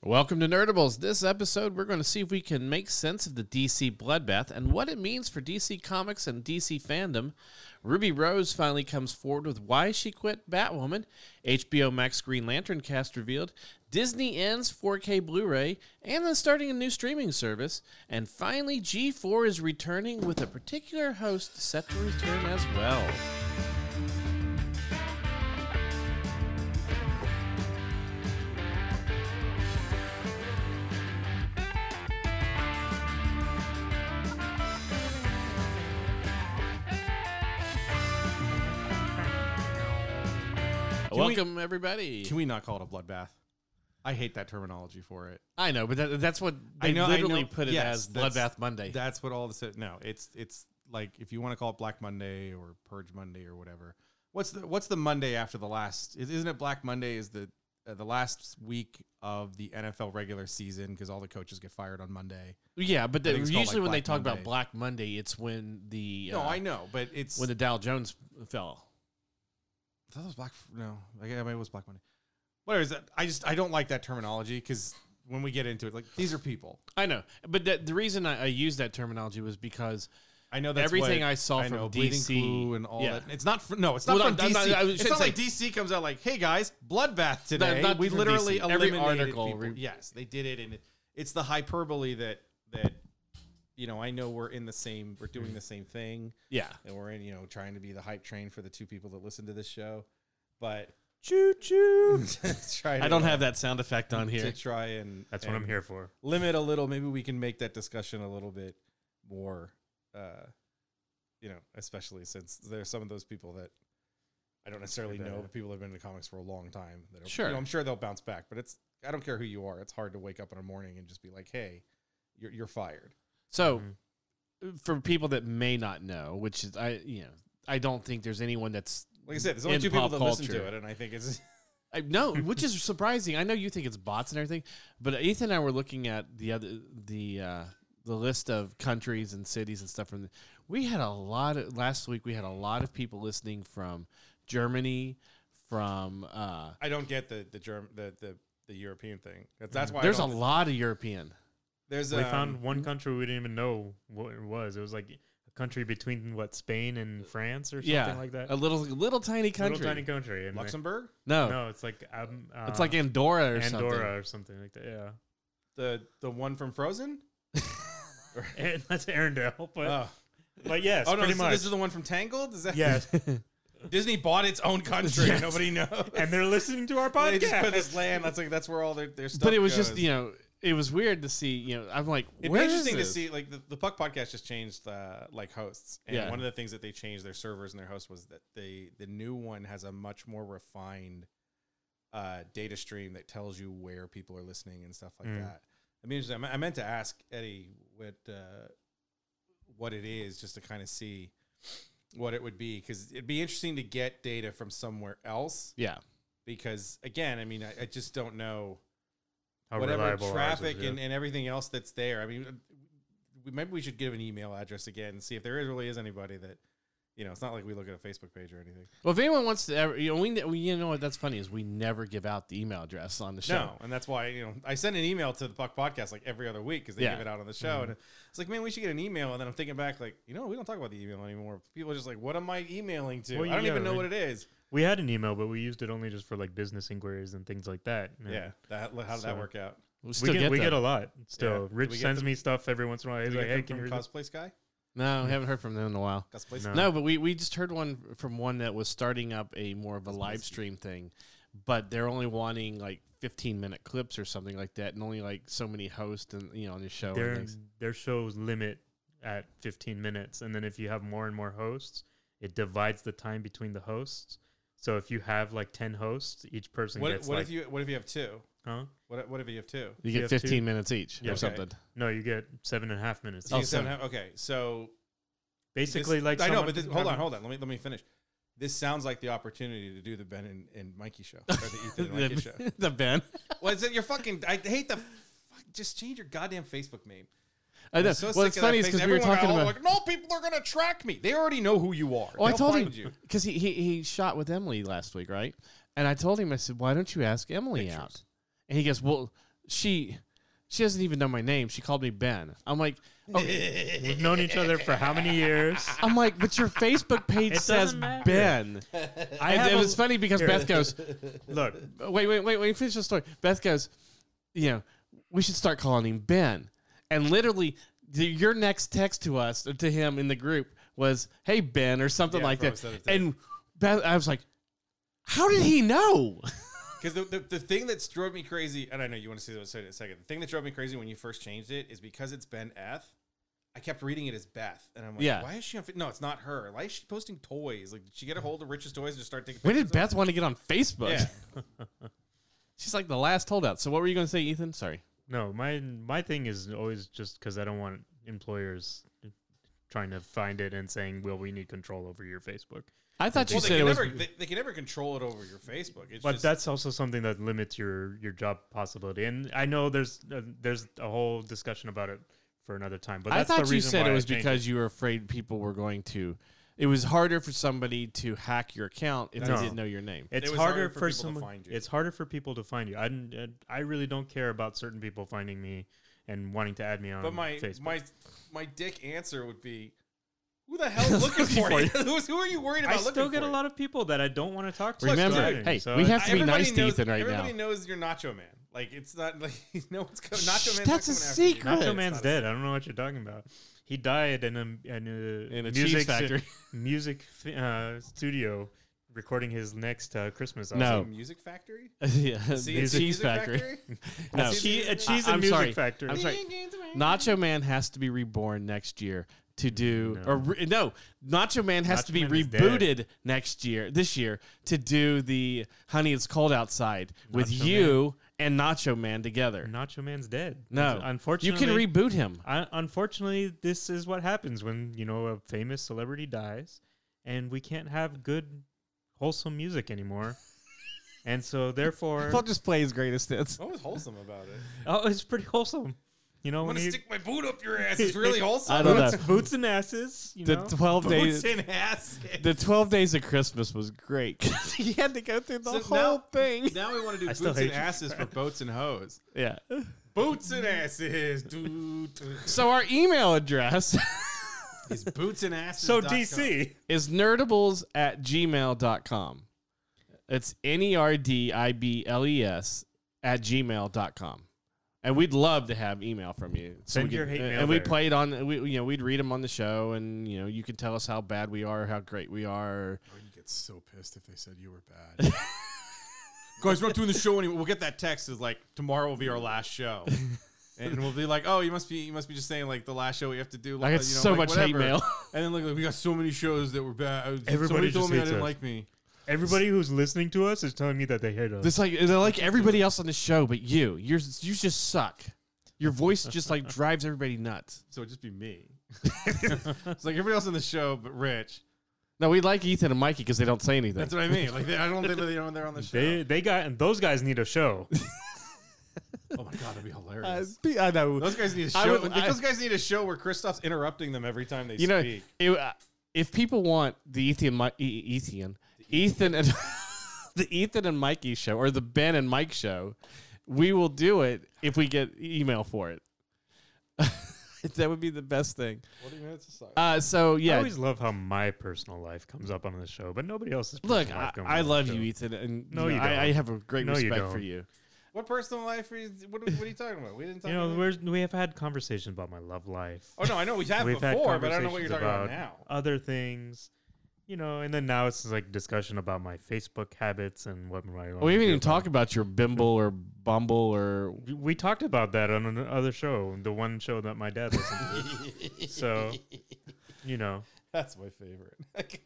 Welcome to Nerdables. This episode, we're going to see if we can make sense of the DC bloodbath and what it means for DC Comics and DC fandom. Ruby Rose finally comes forward with why she quit Batwoman. HBO Max Green Lantern cast revealed. Disney ends 4K Blu ray and then starting a new streaming service. And finally, G4 is returning with a particular host set to return as well. we- Welcome, everybody. Can we not call it a bloodbath? I hate that terminology for it. I know, but that, that's what I they know- I literally know- put it yes, as that's- Bloodbath Monday. That's what all the si- no. It's it's like if you want to call it Black Monday or Purge Monday or whatever. What's the what's the Monday after the last? is- Isn't it Black Monday? Is the uh, the last week of the NFL regular season because all the coaches get fired on Monday. yeah, but the, think it's usually called, when like, they Black talk about Monday. Black Monday, it's when the No, uh, I know, but it's when the Dow Jones fell. I thought it was Black. No, I guess maybe it was Black Monday. Whatever. Is that? I just I don't like that terminology because when we get into it, like these are people. I know, but the, the reason I, I used that terminology was because I know that's Everything what- I saw from know, Bleeding DC Clue and all yeah. that. It's not fr- no, it's not Well, from I'm- I'm DC. not- I it's should not say- like DC comes out like, "Hey guys, bloodbath today." not we from literally DC. Every eliminated article people. re- yes, they did it, and it, it's the hyperbole that that you know. I know we're in the same. We're Mm. doing the same thing, yeah, and we're in you know trying to be the hype train for the two people that listen to this show, but. Choo choo! I don't have that sound effect on to here. try and That's what I'm and here for. limit a little. Maybe we can make that discussion a little bit more, uh, you know, especially since there are some of those people that I don't necessarily know, but people have been in comics for a long time. That are, you Sure. know, I'm sure they'll bounce back, but it's I don't care who you are. It's hard to wake up in the morning and just be like, "Hey, you're you're fired." So, Mm-hmm. for people that may not know, which is I, you know, I don't think there's anyone that's Like I said, there's only In two people pop that listen culture. to it, and I think it's I, no, which is surprising. I know you think it's bots and everything, but Ethan and I were looking at the other the uh, the list of countries and cities and stuff from. The, we had a lot of last week. We had a lot of people listening from Germany, from uh, I don't get the the germ the the, the European thing. That's, that's why I Mm-hmm. there's a don't- lot of European. There's we um, found one country we didn't even know what it was. It was like a country between what Spain and Uh, France or something yeah, like that. A little little tiny country. Little tiny country. And Luxembourg. no, No, it's like um, uh, uh-huh. it's like Andorra or Andorra something. or something like that. Yeah, The the one from Frozen. and that's Arendelle. But Oh. but yes, Oh no! pretty this, much. this is the one from Tangled. Is that yes, Disney bought its own country. Yes. Nobody knows. and they're listening to our they just put podcast. this land. That's like that's where all their, their stuff. But it was goes. just you know it was weird to see you know I'm like It'd where be is interesting to this? see like the, the Puck podcast just changed uh, like hosts, and Yeah. one of the things that they changed their servers and their hosts was that they the new one has a much more refined uh, data stream that tells you where people are listening and stuff like Mm. that. I mean, interesting. I me- I meant to ask Eddie what uh, what it is just to kind of see what it would be because it'd be interesting to get data from somewhere else Yeah, because again, I mean, I, I just don't know How whatever reliable ours is, traffic yeah. and, and everything else that's there. I mean, we, maybe we should give an email address again and see if there is, really is anybody that, you know, it's not like we look at a Facebook page or anything. Well, if anyone wants to ever, you know, we, ne- we- you know what that's funny is we never give out the email address on the show. No, and that's why you know I send an email to the Puck Podcast like every other week because they Yeah. give it out on the show, Mm-hmm. and it's like, man, we should get an email. And then I'm thinking back, like, you know, we don't talk about the email anymore. People are just like, what am I emailing to? Well, I don't yeah, even know we- what it is. we had an email, but we used it only just for like business inquiries and things like that. Yeah, that, how did So- that work out? we We still get, get, we them. get a lot still. Yeah. Rich We get sends them- me stuff every once in a while. He's Did we like, get "Hey, them can you from read this?" cosplay sky? no, we haven't heard from them in a while. Cosplay No. Sky? No, but we, we just heard one from one that was starting up a more of a live messy. stream thing, but they're only wanting like 15 minute clips or something like that, and only like so many hosts and you know on your show. and their things. their shows limit at 15 minutes and then if you have more and more hosts it divides the time between the hosts so if you have like 10 hosts each person What, gets what like if you what if you have two? huh What what if you have two? You you get have two- 15 minutes each Yeah. or Okay. something. no you get seven and a half minutes So you Oh, each. said so- have- okay, so this- basically like I know, someone but this, can hold have on, a- hold on. Let me let me finish. This sounds like the opportunity to do the Ben and, and Mikey show, or the Ethan and Mikey show. The, the Ben. Well, is it your fucking? I hate the. Fuck, just change your goddamn Facebook name. I know. I'm so well, sick it's of that funny face- because we were everyone got talking all about. like, no, people are gonna track me. They already know who you are. Oh, I They'll told find him because he, he he shot with Emily last week, right? And I told him, I said, "Why don't you ask Emily out?" And he goes, "Well, she she doesn't even know my name. She called me Ben. I'm like, okay. We've known each other for how many years? I'm like, but your Facebook page It says doesn't matter. Ben. I And have it a- was funny because Here. Beth goes, Look, wait, wait, wait, wait, finish the story. Beth goes, you know, we should start calling him Ben. And literally, the, your next text to us, to him in the group, was, hey, Ben, or something Yeah, like bro, that. said it too. And Beth, I was like, how did he know? Because the, the, the thing that drove me crazy, and I know you want to say that in a second. The thing that drove me crazy when you first changed it is because it's Ben F. I kept reading it as Beth, and I'm like, Yeah. why is she on? Fa- No, it's not her. Why is she posting toys? Like, did she get a hold of Rich's toys and just start taking? when pictures did of Beth want to get on them? Facebook? Yeah. She's like the last holdout. So what were you going to say, Ethan? Sorry. no, my my thing is always just because I don't want employers trying to find it and saying, "Well, we need control over your Facebook." I thought you Well, they said can it was. never they, they can never control it over your Facebook. It's But just, that's also something that limits your your job possibility. And I know there's uh, there's a whole discussion about it for another time. But I that's the thought you reason said why it I was changed because you were afraid people were going to. It was harder for somebody to hack your account if No. they didn't know your name. It's It was harder, harder for, for people to someone. find you. It's harder for people to find you. I didn't- uh, I really don't care about certain people finding me and wanting to add me on. but my Facebook. my my dick answer would be, who the hell is looking for you? Who's, who are you worried about? I looking still get for a you? lot of people that I don't want to talk to. Remember, starting, hey, we have to be Everybody nice to knows- Ethan right now. Everybody knows you're Nacho Man. Like it's not like no one's coming. Shh, Nacho Man's that's a not coming after you. secret. Nacho It's Man's dead. I don't know what you're talking about. He died in a in a, In a cheese music factory. music uh, studio recording his next uh, Christmas album. A No. music factory. yeah, See, the it's a cheese music factory. No. a, cheese, a cheese I- and I'm uh, music sorry. factory. I'm sorry. Nacho Man has to be reborn next year to do No. or re, no Nacho Man has Nacho to be Man is rebooted next year this year to do the Honey It's Cold Outside with Nacho you and Nacho Man together. Nacho Man's dead. No, you unfortunately, can reboot him. I, unfortunately, this is what happens when you know a famous celebrity dies, and we can't have good, wholesome music anymore. and so, therefore, He'll just play his greatest hits. What was wholesome about it? oh, it's pretty wholesome. You know, I'm when gonna you stick my boot up your ass. It's really wholesome. I don't know. boots, boots and asses. You The know, twelve days. Boots in ass. The twelve days of Christmas was great 'cause he had to go through the So whole now- thing. Now we want to do I boots still hate and you, asses for boats and hoes. Yeah. Boots and asses. Dude. So our email address It's boots and asses. so dot DC. is nerdables at gmail.com. It's N E R D I B L E S at gmail.com. And we'd love to have email from you. So Send we your could- hate mail and we there. played on we you know, we'd read them on the show and you know, you could tell us how bad we are, how great we are. com. I'd get so pissed if they said you were bad. Guys, we're not doing the show anymore. We'll get that text is like tomorrow will be our last show. And we'll be like, oh, you must be, you must be just saying like the last show we have to I do. uh, got you know, so like, much whatever. hate mail. And then look, like, we got so many shows that were bad. I was- Everybody somebody told just me I hates didn't us. like me. Everybody who's listening to us is telling me that they hate us. It's like they're like everybody else on the show, but you. You're you just suck. Your voice just like drives everybody nuts. So it'd just be me. it's like everybody else on the show, but Rich. No, we like Ethan and Mikey because they don't say anything. That's what I mean. Like they, I don't think they know they're on the show. They they got and those guys need a show. oh my god, that'd be hilarious. I know. those guys need a I show. would- like, I- those guys need a show where Kristoff's interrupting them every time they you know, speak. it, uh, if people want the Ethan, Mi- E- E- Ethan, Ethan and the Ethan and Mikey show or the Ben and Mike show, we will do it if we get email for it. that would be the best thing. Forty minutes aside. Uh, so I yeah, always love how my personal life comes up on the show, but nobody else's. look, personal I, life comes I up on the love show. you, Ethan, and No, you you know, I, I don't. have a great No, you respect for don't. you. what personal life? Are you, what, are, what are you talking about? We didn't talk. You know, about we're, we have had conversations about my love life. Oh no, I know we have We've had before, but I don't know what you're conversations talking about, now. Other things, you know, and then now it's just, like discussion about my Facebook habits and what my. we haven't even talked about your Bimble or Bumble or We talked about that on another show, the one show that my dad listened to. so, you know, That's my favorite.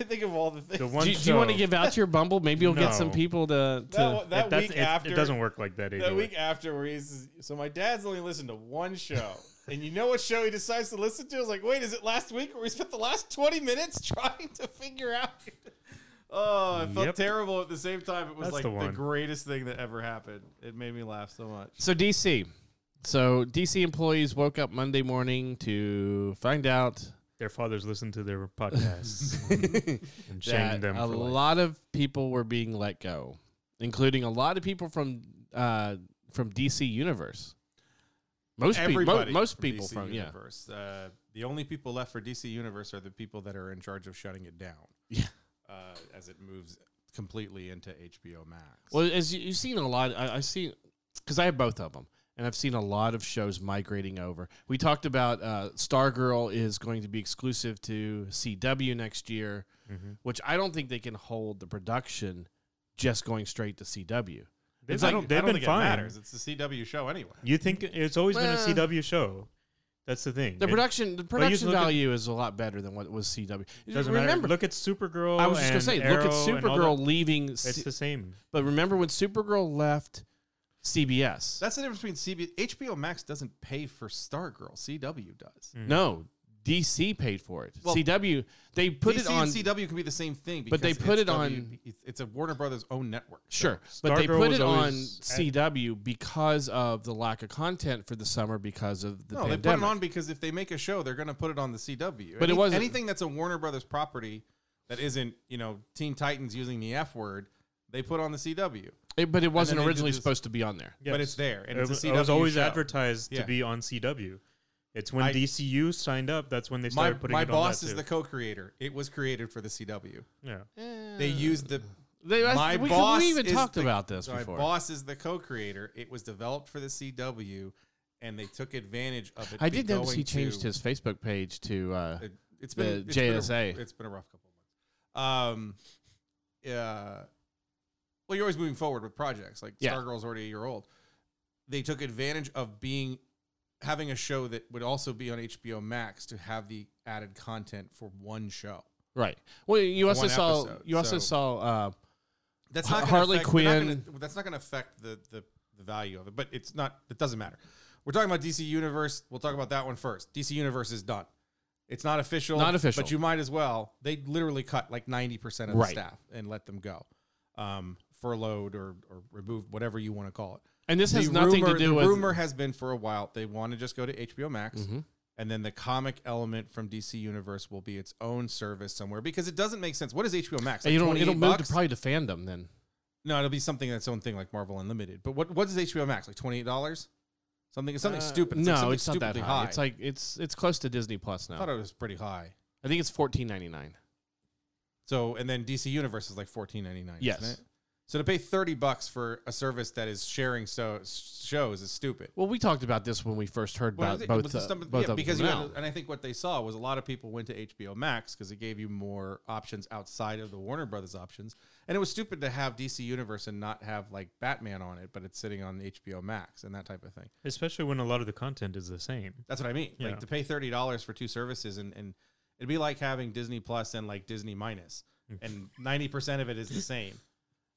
I think of all the things. Do the one. you, do you want to show- give out your Bumble? Maybe you'll get some No. people to. to that it- that that's- week it, after it doesn't work like that either. That week after, where he's so my dad's only listened to one show, and you know what show he decides to listen to? I was like, wait, is it last week where we spent the last twenty minutes trying to figure out? oh, it felt Yep. terrible. At the same time, it was That's like the the, one. greatest thing that ever happened. It made me laugh so much. So DC. So DC employees woke up Monday morning to find out their fathers listened to their podcasts and that shamed them a for life. lot of people were being let go, including a lot of people from uh, from DC Universe. Most people, mo- Everybody most from people DC from yeah, Universe. Uh, the only people left for DC Universe are the people that are in charge of shutting it down. Yeah. Uh, as it moves completely into HBO Max. Well, as you, you've seen a lot, I, I've seen because I have both of them, and I've seen a lot of shows migrating over. We talked about uh, Stargirl is going to be exclusive to CW next year, Mhm. which I don't think they can hold the production just going straight to CW. They've, It's like- been- they've been think It fine. matters. It's the CW show anyway. You think it's always Well- been a CW show? That's the thing. The It production, the you just production look at- value is a lot better than what was CW. doesn't remember, matter. Look at Supergirl. I was just gonna and say, look Arrow at and all that. Supergirl leaving. It's C- the same. but remember when Supergirl left CBS? That's the difference between CB. HBO Max doesn't pay for Stargirl. CW does. Mm-hmm. no, DC paid for it. Well, CW they put DC it on. and CW can be the same thing, But they because put it's it on- W- it's- It's a Warner Brothers own network. so- Sure, but they Stargirl put was it on always- CW because of the lack of content for the summer because of the no, pandemic. they put it on because if they make a show, they're going to put it on the CW. But it wasn't- anything that's a Warner Brothers property that isn't, you know, Teen Titans using the F word. They put on the CW, It- but it wasn't they did originally this- supposed to be on there. but Yes. it's there, and it, it's a was- CW. it was always show. advertised Yeah. to be on CW. It's when I- DCU signed up. That's when they My, started putting my it boss on is that the too. co-creator. It was created for the CW. yeah. They Uh, used the They, I- my we, boss we even is talked the- about this my before. boss is the co-creator. It was developed for the CW, and they took advantage of it. I be did notice he going changed to- his Facebook page to. Uh, it- It's the been it's JSA. Been a, it's been a rough couple of months. Um, yeah. Well, you're always moving forward with projects. Like Yeah. Stargirl's already a year old. They took advantage of being having a show that would also be on HBO Max to have the added content for one show. Right. Well, you also one saw episode, you also so- saw uh, That's Har- not gonna Harley affect, they're not Quinn. gonna- that's not going to affect the, the the value of it, but it's not. It doesn't matter. We're talking about DC Universe. We'll talk about that one first. DC Universe is done. It's not official. Not official. But you might as well. They literally cut like ninety percent of the Right. staff and let them go, um, furloughed or or removed, whatever you want to call it. and this has the nothing rumor, to do the with rumor has been for a while they want to just go to HBO Max. Mhm. And then the comic element from DC Universe will be its own service somewhere because it doesn't make sense. What is HBO Max? And you Like don't, 28 it'll move to bucks? probably to fandom then. No, it'll be something that's own thing like Marvel Unlimited. But what what is HBO Max? Like twenty eight dollars? Something something Uh, stupid. It's no, like something it's not that stupidly high. It's like it's it's close to Disney Plus I now. thought it was pretty high. I think it's fourteen ninety nine. So and then DC Universe is like fourteen ninety nine. Yes. Isn't it? So to pay thirty bucks for a service that is sharing so shows is stupid. Well, we talked about this when we first heard Well, about I think- both with the uh, stump- both yeah, of because them. you now. had, and I think what they saw was a lot of people went to HBO Max because it gave you more options outside of the Warner Brothers options, and it was stupid to have DC Universe and not have like Batman on it, but it's sitting on HBO Max and that type of thing. Especially when a lot of the content is the same. That's what I mean. Yeah. Like to pay thirty dollars for two services, and, and it'd be like having Disney Plus and like Disney Minus, and ninety percent of it is the same.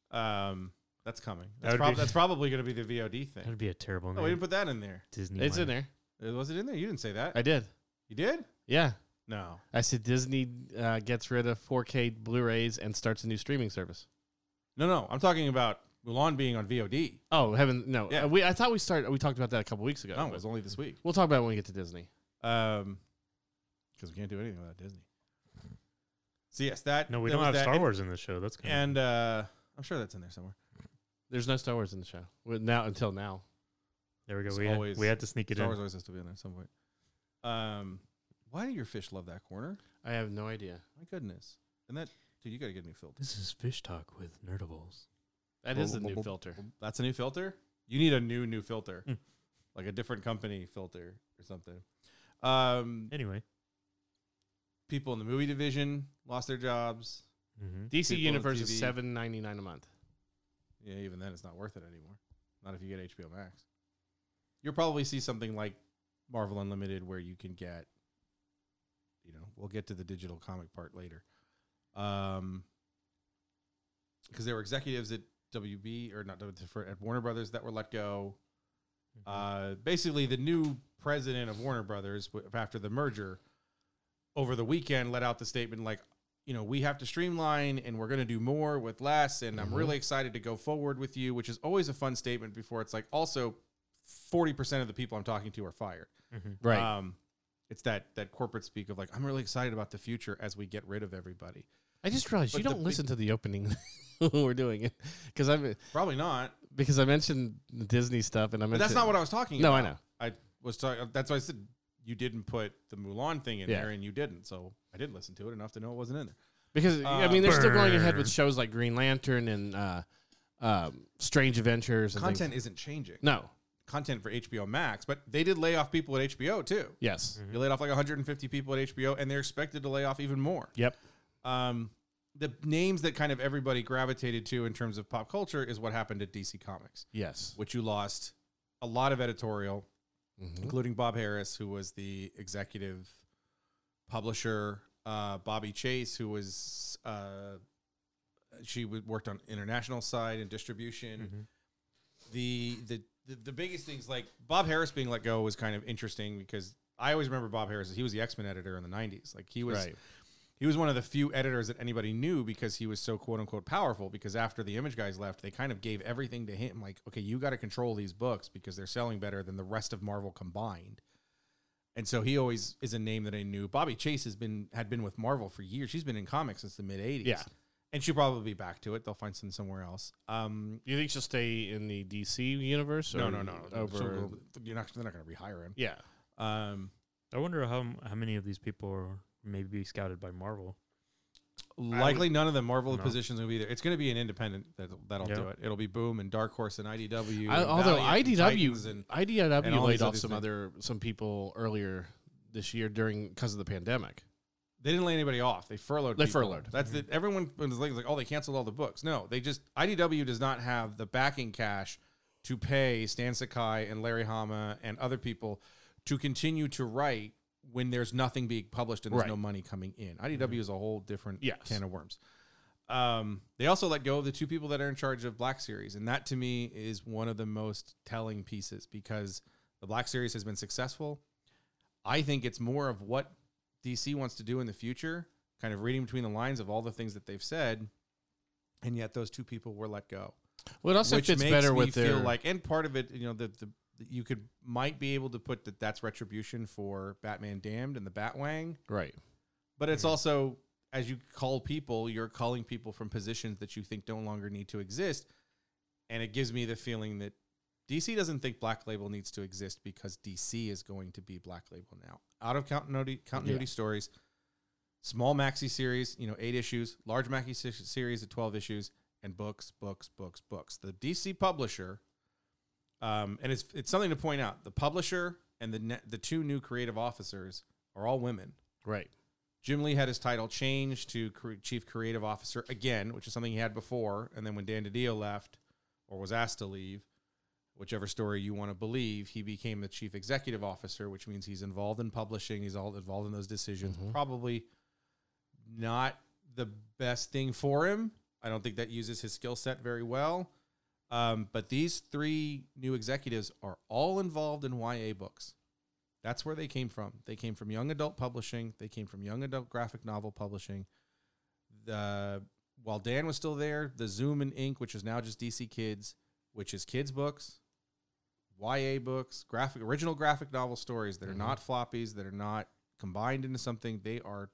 Um, that's coming. That's, would prob- be- that's probably going to be the VOD thing. That'd be a terrible No, name. we didn't put that in there. Disney. it's in minus. there. Uh, Was it in there? You didn't say that. I did. You did? Yeah, No. I said Disney uh, gets rid of 4K Blu-rays and starts a new streaming service. No, no. I'm talking about Mulan being on VOD. Oh heaven, no. Yeah. Uh, we I thought we started. We talked about that a couple weeks ago. No, it but was only this week. we'll talk about it when we get to Disney. Um, because we can't do anything without Disney. So yes, that. No, we that don't was have that. Star And- Wars in this show. That's kind of And uh, I'm sure that's in there somewhere. There's no Star Wars in the show Well, now until now. there we go. it's We had, always- we had to sneak it Star in. Wars always has to be in there at some point. Um, why do your fish love that corner? I have no idea. My goodness! And that dude, you gotta get a new filter. This is Fish Talk with Nerdables. That is a new filter. That's a new filter. You need a new new filter, Hmm. like a different company filter or something. Um, Anyway, people in the movie division lost their jobs. hmm DC People on Universe TV. is seven ninety nine a month. Yeah, even then, it's not worth it anymore. Not if you get HBO Max. You'll probably see something like Marvel Unlimited, where you can get, you know, we'll get to the digital comic part later. Um, because there were executives at WB or not W- for- at Warner Brothers that were let go. Uh, basically, the new president of Warner Brothers w- after the merger over the weekend let out the statement like, you know, we have to streamline and we're going to do more with less. And I'm Mhm. really excited to go forward with you, which is always a fun statement before it's like, also, 40% of the people I'm talking to are fired. Mm-hmm. Uh, Um, it's that, that corporate speak of like, I'm really excited about the future as we get rid of everybody. I just realized you But the don't big- listen to the opening when we're doing it because I'm Probably not. because I mentioned the Disney stuff, and I But mentioned that's not what I was talking No, about. I know. I was talking. That's why I said you didn't put the Mulan thing in Yeah. there, and you didn't. So I did listen to it enough to know it wasn't in there. Because I Uh, mean, they're still going ahead Burn. with shows like Green Lantern and uh, um, Strange Adventures. And things. Content isn't changing. No. Content for HBO Max, but they did lay off people at HBO too. Yes. They laid off like 150 people at HBO, and they're expected to lay off even more. Yep. Um, the names that kind of everybody gravitated to in terms of pop culture is what happened at DC Comics, Yes. which you lost a lot of editorial, Mhm. including Bob Harris, who was the executive publisher, uh, Bobby Chase, who was uh, she would- worked on international side and distribution. The, the the the biggest things like Bob Harris being let go was kind of interesting because I always remember Bob Harris. He was the X Men editor in the '90s. Like he was Right. he was one of the few editors that anybody knew because he was so quote unquote powerful. Because after the image guys left, they kind of gave everything to him. Like, okay, you got to control these books because they're selling better than the rest of Marvel combined. And so he always is a name that I knew. Bobby Chase has been had been with Marvel for years. She's been in comics since the mid '80s. Yeah. and she'll probably be back to it. They'll find some somewhere else. Um, You think she'll stay in the DC universe? Or no, no, no. Over. You're not. They're not going to rehire him. Yeah. Um, I wonder how m- how many of these people are maybe scouted by Marvel. Likely none of the Marvel No. positions will be there. It's going to be an independent that'll, that'll Yeah. do it. It'll be Boom and Dark Horse and IDW. I, and although Valiant and Titans IDW and IDW and all laid these off other some things. other some people earlier this year during because of the pandemic. they didn't lay anybody off. They furloughed. They people. furloughed. Mm-hmm. That's the everyone was like, like, oh, they canceled all the books. No, they just IDW does not have the backing cash to pay Stan Sakai and Larry Hama and other people to continue to write when there's nothing being published and there's Right. Mm-hmm. no money coming in. IDW is a whole different Yes. can of worms. Um, they also let go of the two people that are in charge of Black Series, and that to me is one of the most telling pieces because the Black Series has been successful. I think it's more of what DC wants to do in the future, kind of reading between the lines of all the things that they've said, and yet those two people were let go, Well, it also which fits makes better me with feel their like. And part of it, you know, the the you could might be able to put that that's retribution for Batman Damned and the Batwang, right. but it's also as you call people, you're calling people from positions that you think no longer need to exist, and it gives me the feeling that DC doesn't think Black Label needs to exist because DC is going to be Black Label now. Out of continuity, continuity stories, small maxi series, you know, eight issues, large maxi se- series of twelve issues, and books, books, books, books. The DC publisher, um, and it's it's something to point out. The publisher and the ne- the two new creative officers are all women. Right. Jim Lee had his title changed to cre- Chief Creative Officer again, which is something he had before. And then when Dan DiDio left or was asked to leave, whichever story you want to believe, he became the Chief Executive Officer, which means he's involved in publishing. He's all involved in those decisions. Mhm. Probably not the best thing for him. I don't think that uses his skill set very well. Um, but these three new executives are all involved in YA books. That's where they came from. They came from young adult publishing. They came from young adult graphic novel publishing. The while Dan was still there, the Zoom and Ink, which is now just DC Kids, which is kids books, YA books, graphic original graphic novel stories that are Mhm. not floppies, that are not combined into something. They are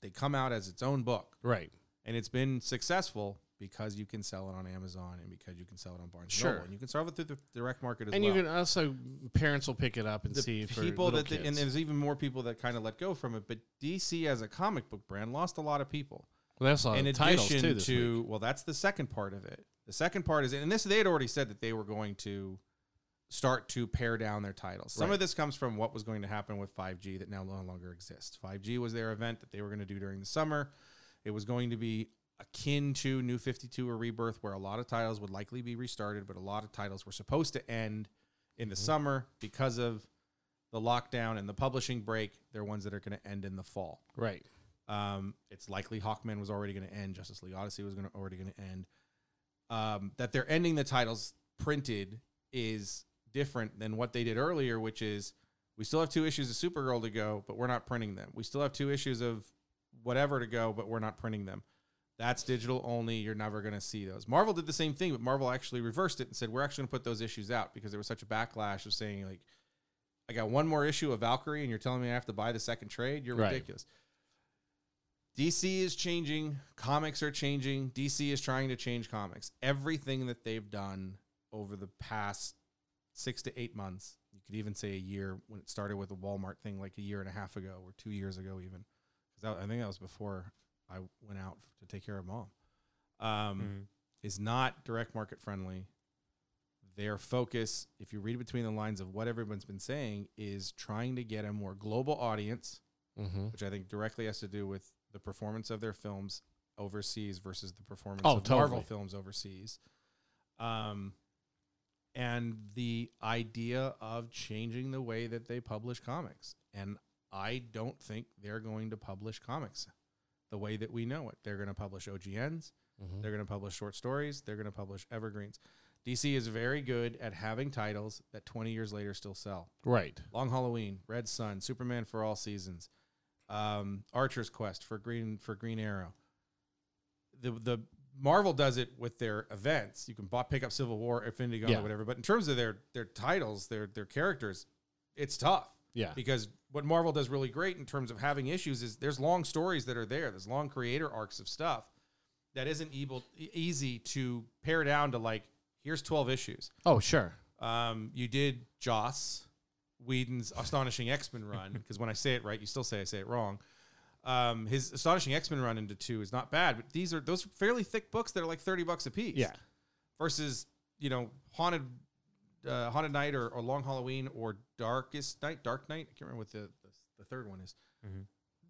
they come out as its own book, Right. and it's been successful because you can sell it on Amazon and because you can sell it on Barnes Sure. and Noble, and you can sell it through the direct market as and well you can also parents will pick it up and the see for people little that they, and kids. there's even more people that kind of let go from it. But DC as a comic book brand lost a lot of people. well, that's a lot in of titles addition too. This to week. well, that's the second part of it. The second part is and this they had already said that they were going to start to pare down their titles. Some Right. of this comes from what was going to happen with 5G that now no longer exists. 5G was their event that they were going to do during the summer. It was going to be akin to New 52 or Rebirth, where a lot of titles would likely be restarted, but a lot of titles were supposed to end in Mm-hmm. the summer because of the lockdown and the publishing break. They're ones that are going to end in the fall. right. Um, it's likely Hawkman was already going to end. Justice League Odyssey was going to already going to end. Um, that they're ending the titles printed is different than what they did earlier, which is we still have two issues of Supergirl to go, but we're not printing them. We still have two issues of whatever to go, but we're not printing them. That's digital only. You're never going to see those. Marvel did the same thing, but Marvel actually reversed it and said we're actually going to put those issues out because there was such a backlash of saying like, I got one more issue of Valkyrie, and you're telling me I have to buy the second trade. You're Right. ridiculous. DC is changing. Comics are changing. DC is trying to change comics. Everything that they've done over the past six to eight months. You could even say a year when it started with the Walmart thing, like a year and a half ago or two years ago, even. Because I think that was before I went out to take care of mom. Um, Mm. is not direct market friendly. Their focus, if you read between the lines of what everyone's been saying, is trying to get a more global audience, Mm-hmm. which I think directly has to do with the performance of their films overseas versus the performance Oh, of Marvel totally. films overseas. Um, and the idea of changing the way that they publish comics. And I don't think they're going to publish comics the way that we know it. They're going to publish OGNs, Mm-hmm. they're going to publish short stories. They're going to publish evergreens. DC is very good at having titles that 20 years later still sell. Right. Long Halloween, Red Sun, Superman for All Seasons, um, Archer's Quest for Green for Green Arrow. The the Marvel does it with their events. You can buy, pick up Civil War, Infinity Gauntlet, Yeah. whatever. But in terms of their their titles, their their characters, it's tough Yeah. because what Marvel does really great in terms of having issues is there's long stories that are there. There's long creator arcs of stuff that isn't able, e- easy to pare down to like here's 12 issues. Oh, sure. Um, you did Joss Whedon's astonishing X Men run because when I say it right, you still say I say it wrong. Um, his astonishing X Men run into two is not bad, but these are those are fairly thick books that are like 30 bucks a piece Yeah. versus you know haunted uh, haunted night or, or long halloween or darkest night dark night i can't remember what the the, the third one is Mhm.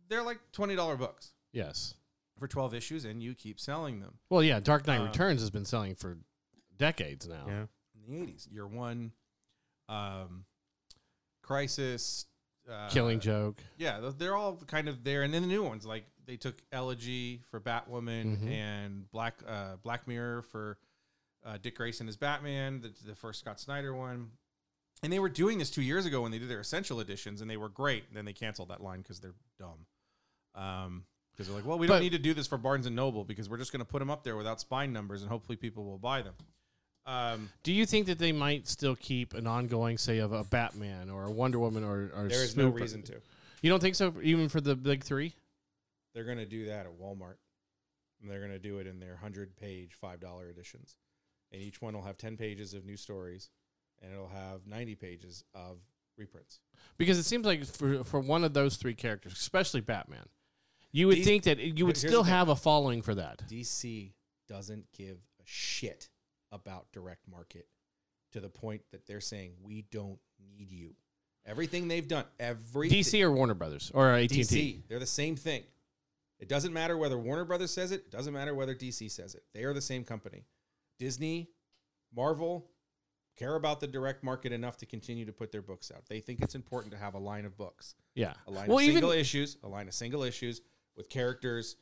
they're like $20 books Yes. for 12 issues and you keep selling them Well, yeah. Dark Knight Um, Returns has been selling for decades now. Yeah. in the 80s year one um crisis uh, Killing Joke. yeah th- they're all kind of there and then the new ones like they took elegy for batwoman Mhm. and black uh black mirror for uh, dick grayson as batman the, the first scott snyder one and they were doing this two years ago when they did their essential editions and they were great and then they canceled that line because they're dumb um because they're like well we But- don't need to do this for barnes and noble because we're just going to put them up there without spine numbers and hopefully people will buy them um Do you think that they might still keep an ongoing, say, of a Batman or a Wonder Woman or, or there is no Snoop- reason to You don't think so, even for the big three? they're going to do that at Walmart. And they're going to do it in their 100 page $5 editions. And each one will have 10 pages of new stories and it'll have 90 pages of reprints. Because it seems like for for one of those three characters, especially Batman, you would These- think that you would Here's the still thing. have a following for that. DC doesn't give a shit about direct market to the point that they're saying, we don't need you. Everything they've done, every DC or Warner Brothers or AT&T. DC, they're the same thing. It doesn't matter whether Warner Brothers says it. It doesn't matter whether DC says it. They are the same company. Disney, Marvel care about the direct market enough to continue to put their books out. They think it's important to have a line of books, Yeah. a line Well, of even- single issues, a line of single issues with characters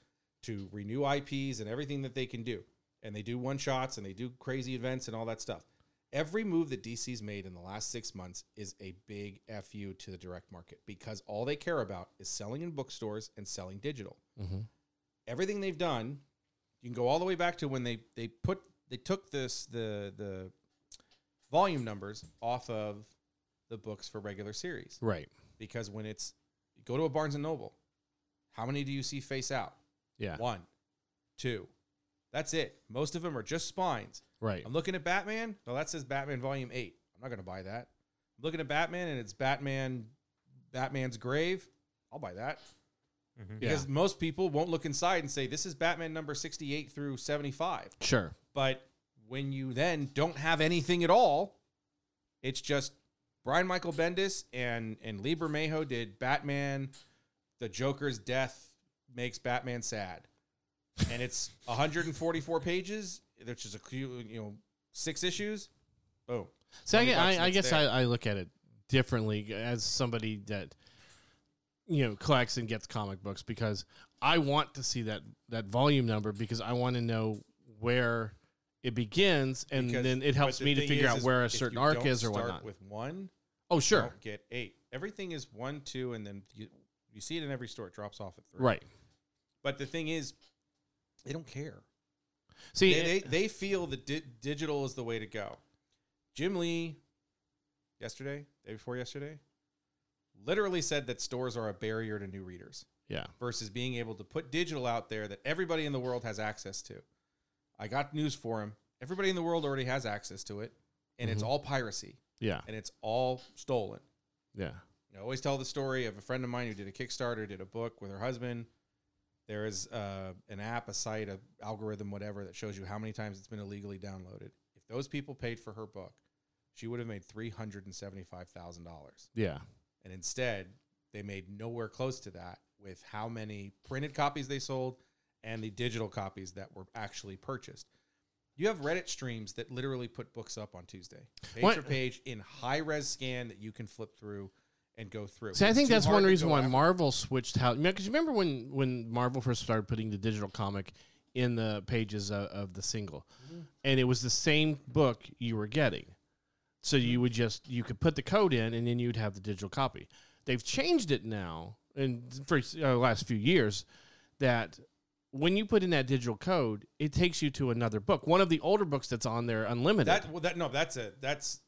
to renew IPs and everything that they can do. And they do one shots and they do crazy events and all that stuff. Every move that DC's made in the last six months is a big FU to the direct market because all they care about is selling in bookstores and selling digital. Mhm. Everything they've done, you can go all the way back to when they they put they took this the the volume numbers off of the books for regular series Right. because when it's go to a Barnes and Noble, how many do you see face out? Yeah. One, two. That's it. Most of them are just spines. Right. I'm looking at Batman. No, that says Batman Volume Eight. I'm not going to buy that. I'm looking at Batman, and it's Batman, Batman's grave. I'll buy that Mhm. Yeah. because most people won't look inside and say this is Batman number 68 through 75. Sure. But when you then don't have anything at all, it's just Brian Michael Bendis and and Lieber Mayo did Batman. The Joker's death makes Batman sad, and it's 144 pages, which is a few, you know six issues. Boom. So I, 20 gue- bucks I, and I it's guess I, there. I look at it differently as somebody that you know collects and gets comic books because I want to see that that volume number because I want to know where it begins and Because- then it but helps the me to thing figure is- out is where a if certain you arc don't is or start whatnot. With one, oh, you sure, don't get eight. Everything is one, two, and then you you see it in every store. It drops off at three. right. But the thing is, they don't care. See, they, they, they feel that di- digital is the way to go. Jim Lee, yesterday, day before yesterday, literally said that stores are a barrier to new readers yeah, versus being able to put digital out there that everybody in the world has access to. I got news for him. Everybody in the world already has access to it. and it's Mhm. all piracy Yeah. and it's all stolen. Yeah. You know, I always tell the story of a friend of mine who did a Kickstarter, did a book with her husband. There is uh, an app, a site, a algorithm, whatever that shows you how many times it's been illegally downloaded. If those people paid for her book, she would have made three hundred and seventy-five thousand dollars. Yeah. And instead, they made nowhere close to that with how many printed copies they sold and the digital copies that were actually purchased. You have Reddit streams that literally put books up on Tuesday, page What- for page, in high res scan that you can flip through and go through. See, I It's think too that's hard one to reason go why after- Marvel switched how. Because you remember when when Marvel first started putting the digital comic in the pages of, of the single, Mm-hmm. and it was the same book you were getting. So you would just you could put the code in, and then you'd have the digital copy. They've changed it now, and for uh, the last few years, that when you put in that digital code, it takes you to another book. One of the older books that's on there, unlimited. That, well, that no, that's a that's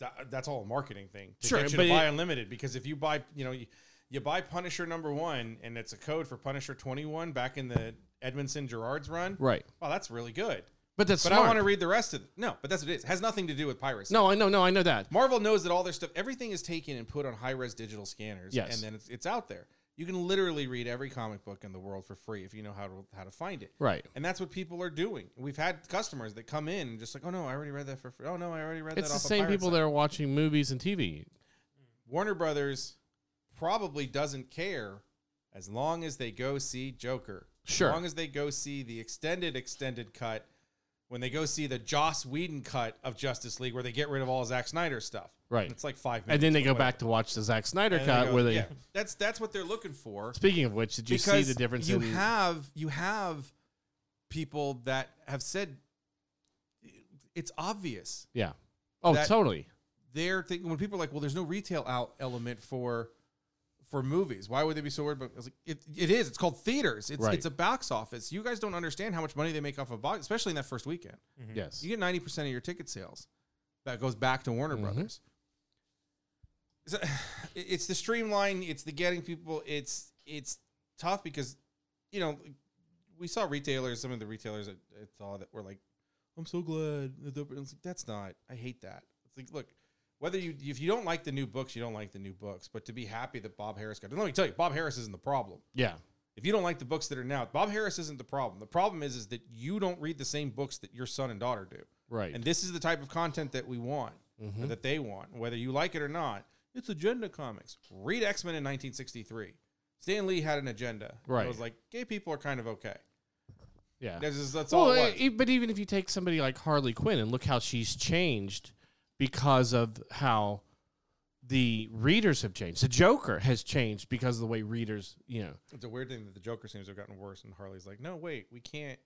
that, that's all a marketing thing to Sure, get you but to it- buy unlimited because if you buy, you know, you, you buy Punisher number one and it's a code for Punisher twenty one back in the Edmondson Gerard's run. right, Wow, that's really good. but that's But I want to read the rest of it. No, but that's what it is. It has nothing to do with piracy. No, I know, no, I know that. Marvel knows that all their stuff, everything is taken and put on high res digital scanners. Yes. And then it's, it's out there. You can literally read every comic book in the world for free if you know how to how to find it. Right. And that's what people are doing. We've had customers that come in and just like, oh no, I already read that for free. Oh no, I already read It's that. the off a same pirate people site." that are watching movies and TV. Warner Brothers probably doesn't care as long as they go see Joker. Sure. As long as they go see the extended extended cut when they go see the Joss Whedon cut of Justice League where they get rid of all Zack Snyder stuff. Right. It's like 5 minutes. And then they or go whatever. back to watch the Zack Snyder And then cut they go- where they. yeah. That's that's what they're looking for. Speaking of which, did you see because the difference? You in, have you have people that have said it's obvious yeah. Oh, that- totally. they're thinking when people are like, well, there's no retail out element for for movies. Why would they be so worried about? I was like, it, it is. It's called theaters. It's Right. it's a box office. You guys don't understand how much money they make off of box, especially in that first weekend. Yes. Mm-hmm. You get ninety percent of your ticket sales. That goes back to Warner Mhm. Brothers. So, it- it's the streamline. It's the getting people. It's it's tough because you know we saw retailers. Some of the retailers I, I saw that were like, "I'm so glad." that the-" It's like, That's not. I hate that. It's like look. Whether you if you don't like the new books, you don't like the new books. But to be happy that Bob Harris got, and let me tell you, Bob Harris isn't the problem yeah. if you don't like the books that are now, Bob Harris isn't the problem. The problem is is that you don't read the same books that your son and daughter do. Right. Mm-hmm. And this is the type of content that we want, or that they want, whether you like it or not. It's agenda comics. Read X Men in 1963. Stan Lee had an agenda. Right. It was like gay people are kind of okay. yeah. That's, just- that's all. Well, It was. e- but even if you take somebody like Harley Quinn and look how she's changed because of how the readers have changed. The Joker has changed because of the way readers, you know. it's a weird thing that the Joker seems to have gotten worse, and Harley's like, no, wait, we can't.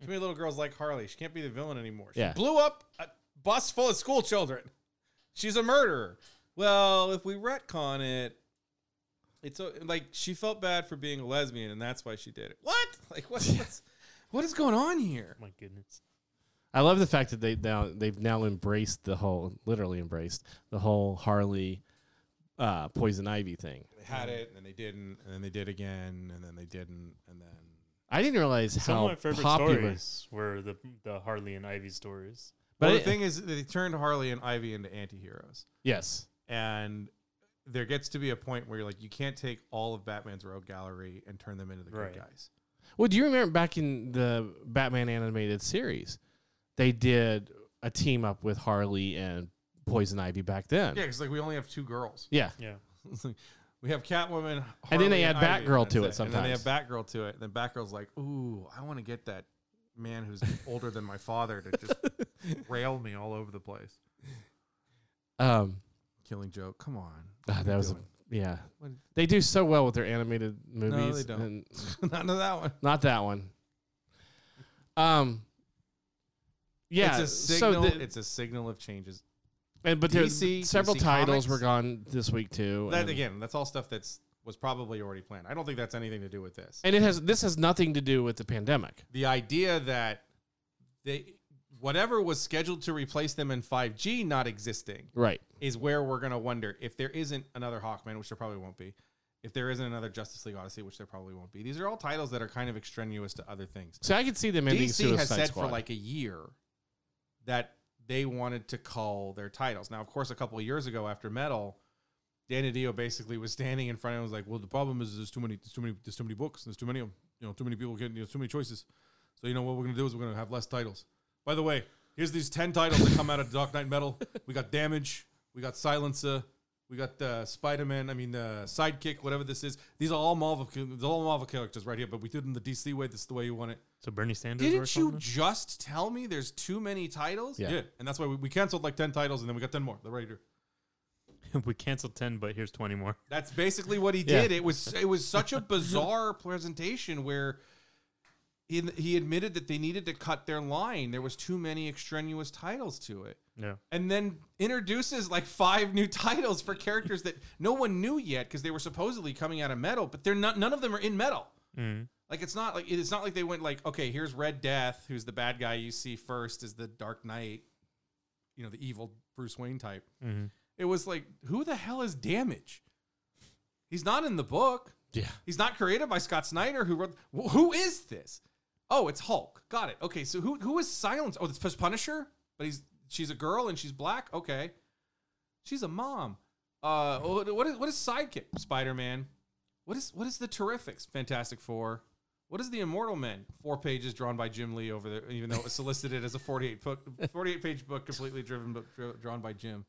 Too many little girls like Harley. She can't be the villain anymore. She Yeah. blew up a bus full of school children. She's a murderer. Well, if we retcon it, it's a, like she felt bad for being a lesbian, and that's why she did it. What? Like what's, what's what is going on here? My goodness. I love the fact that they now they've now embraced the whole, literally embraced the whole Harley uh, poison ivy thing. They had it, and then they didn't, and then they did again, and then they didn't, and then I didn't realize Some how of my favorite popular. stories were the the Harley and Ivy stories. But well, I- the thing is, they turned Harley and Ivy into anti-heroes. Yes. and there gets to be a point where you're like, you can't take all of Batman's rogue gallery and turn them into the good Right. guys. Well, do you remember back in the Batman animated series, they did a team up with Harley and Poison Ivy back then. Yeah, because like we only have two girls. Yeah. Yeah. we have Catwoman, And then Harley, they add Ivy, Batgirl and to that's it and then they have sometimes. Batgirl to it. And then Batgirl's like, "Ooh, I want to get that man who's older than my father to just rail me all over the place." Um. Killing joke. Come on, ah, What are that you was a, doing? yeah. What- They do so well with their animated movies. they don't. and- not to that one. not that one. Um. Yeah. it's a signal. So the- it's a signal of changes. and, but there's DC several titles Comics. were gone this week too. That and- again, that's all stuff that's was probably already planned. I don't think that's anything to do with this. And it has this has nothing to do with the pandemic. the idea that they whatever was scheduled to replace them in 5G not existing Right. is where we're going to wonder if there isn't another Hawkman, which there probably won't be. If there isn't another Justice League Odyssey, which there probably won't be. These are all titles that are kind of extraneous to other things. So I could see them ending DC Suicide has said Squad. for like a year that they wanted to call their titles. Now, of course, a couple of years ago after Metal, Danny Dio basically was standing in front and was like, "Well, the problem is there's too many, there's too many, there's too many books, there's too many, of 'em. you know, too many people getting, you know, too many choices. So you know what we're gonna do is we're gonna have less titles. By the way, here's these ten titles that come out of Dark Knight Metal. We got Damage, we got Silencer, we got uh, Spider Man. I mean, uh, Sidekick, whatever this is. These are all Marvel, they're all Marvel characters right here. But we did them the DC way. This is the way you want it. So Bernie Sanders. Didn't worked on you this? just tell me there's too many titles? Yeah. and that's why we, we canceled like ten titles, and then we got ten more. They're right here. we canceled ten, but here's twenty more. That's basically what he Yeah. did. It was it was such a bizarre presentation where he, he admitted that they needed to cut their line. There was too many extraneous titles to it. Yeah. And then introduces like five new titles for characters that no one knew yet because they were supposedly coming out of metal, but they're not none of them are in metal. Mm. Like it's not like it's not like they went like, okay, here's Red Death, who's the bad guy you see first is the Dark Knight, you know, the evil Bruce Wayne type. Mhm. It was like, who the hell is Damage? He's not in the book. Yeah. He's not created by Scott Snyder, who wrote. Wh- who is this? Oh, it's Hulk. Got it. Okay, so who who is Silence? Oh, it's Punisher, but he's she's a girl and she's black. Okay, she's a mom. Uh, wh- what is what is Sidekick? Spider Man. What is what is the Terrifics? Fantastic Four. What is the Immortal Men? Four pages drawn by Jim Lee over there, even though it was solicited as a 48 book, 48 page book, completely driven but dri- drawn by Jim.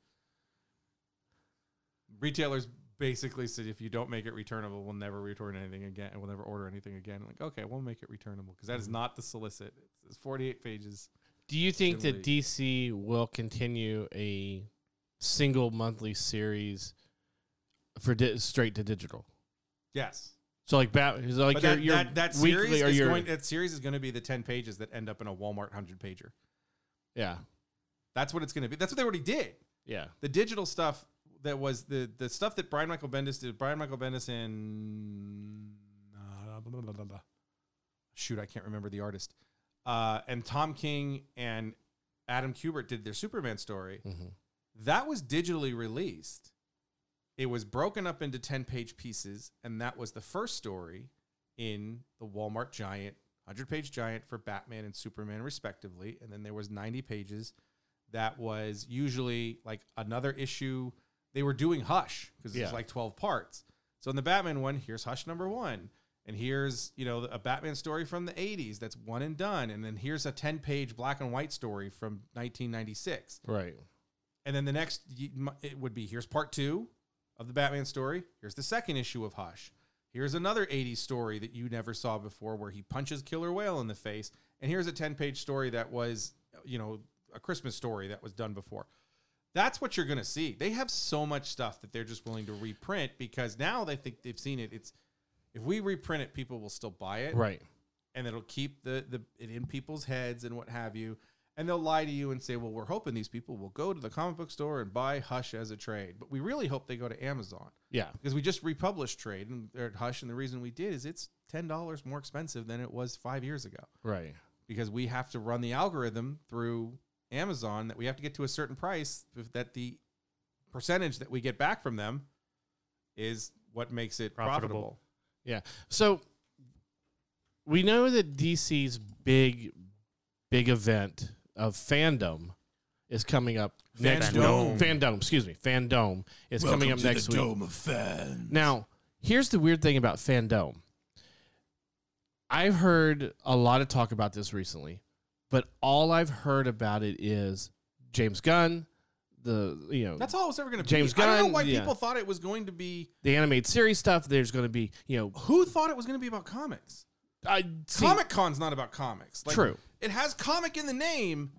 Retailers basically said if you don't make it returnable, we'll never return anything again, and we'll never order anything again. Like, okay, we'll make it returnable because that Mm-hmm. is not the solicit. It's- It's 48 pages. Do you think that Generally- DC will continue a single monthly series for di- straight to digital? Yes, So like bat, so like but your, that, your that, that weekly series or is your going. That series is going to be the 10 pages that end up in a Walmart 100 pager. yeah That's what it's going to be. That's what they already did. yeah the digital stuff that was the the stuff that Brian Michael Bendis did. Brian Michael Bendis and uh, blah, blah, blah, blah, blah. shoot, I can't remember the artist. Uh, and Tom King and Adam Kubert did their Superman story. Mm-hmm. That was digitally released. It was broken up into ten page pieces, and that was the first story in the Walmart giant, hundred page giant for Batman and Superman respectively. And then there was ninety pages that was usually like another issue. They were doing Hush because Yeah. it's like 12 parts. So in the Batman one, here's Hush number one. And here's, you know, a Batman story from the 80s that's one and done. And then here's a 10 page black and white story from 1996. right And then the next, y- m- it would be here's part two of the Batman story. Here's the second issue of Hush. Here's another 80s story that you never saw before where he punches Killer Whale in the face. And here's a 10 page story that was, you know, a Christmas story that was done before. That's what you're going to see. They have so much stuff that they're just willing to reprint because now they think they've seen it. It's if we reprint it, people will still buy it right and it'll keep the, the it in people's heads and what have you. And they'll lie to you and say, "Well, we're hoping these people will go to the comic book store and buy Hush as a trade, but we really hope they go to Amazon yeah because we just republished Trade and or Hush, and the reason we did is it's ten dollars more expensive than it was five years ago right because we have to run the algorithm through Amazon that we have to get to a certain price if- that the percentage that we get back from them is what makes it Profitable. profitable. yeah. So we know that DC's big big event of fandom is coming up next Fandome. week. Fandom, excuse me, fandom is coming up next week. of fans. Now, here's the weird thing about fandom. I've heard a lot of talk about this recently, but all I've heard about it is James Gunn, the you know That's all it was ever going to be. James I don't Gunn, know why yeah. people thought it was going to be. the animated series stuff. There's going to be you know Who thought it was going to be about comics? I see- Comic Con's not about comics. True. It has comic in the name,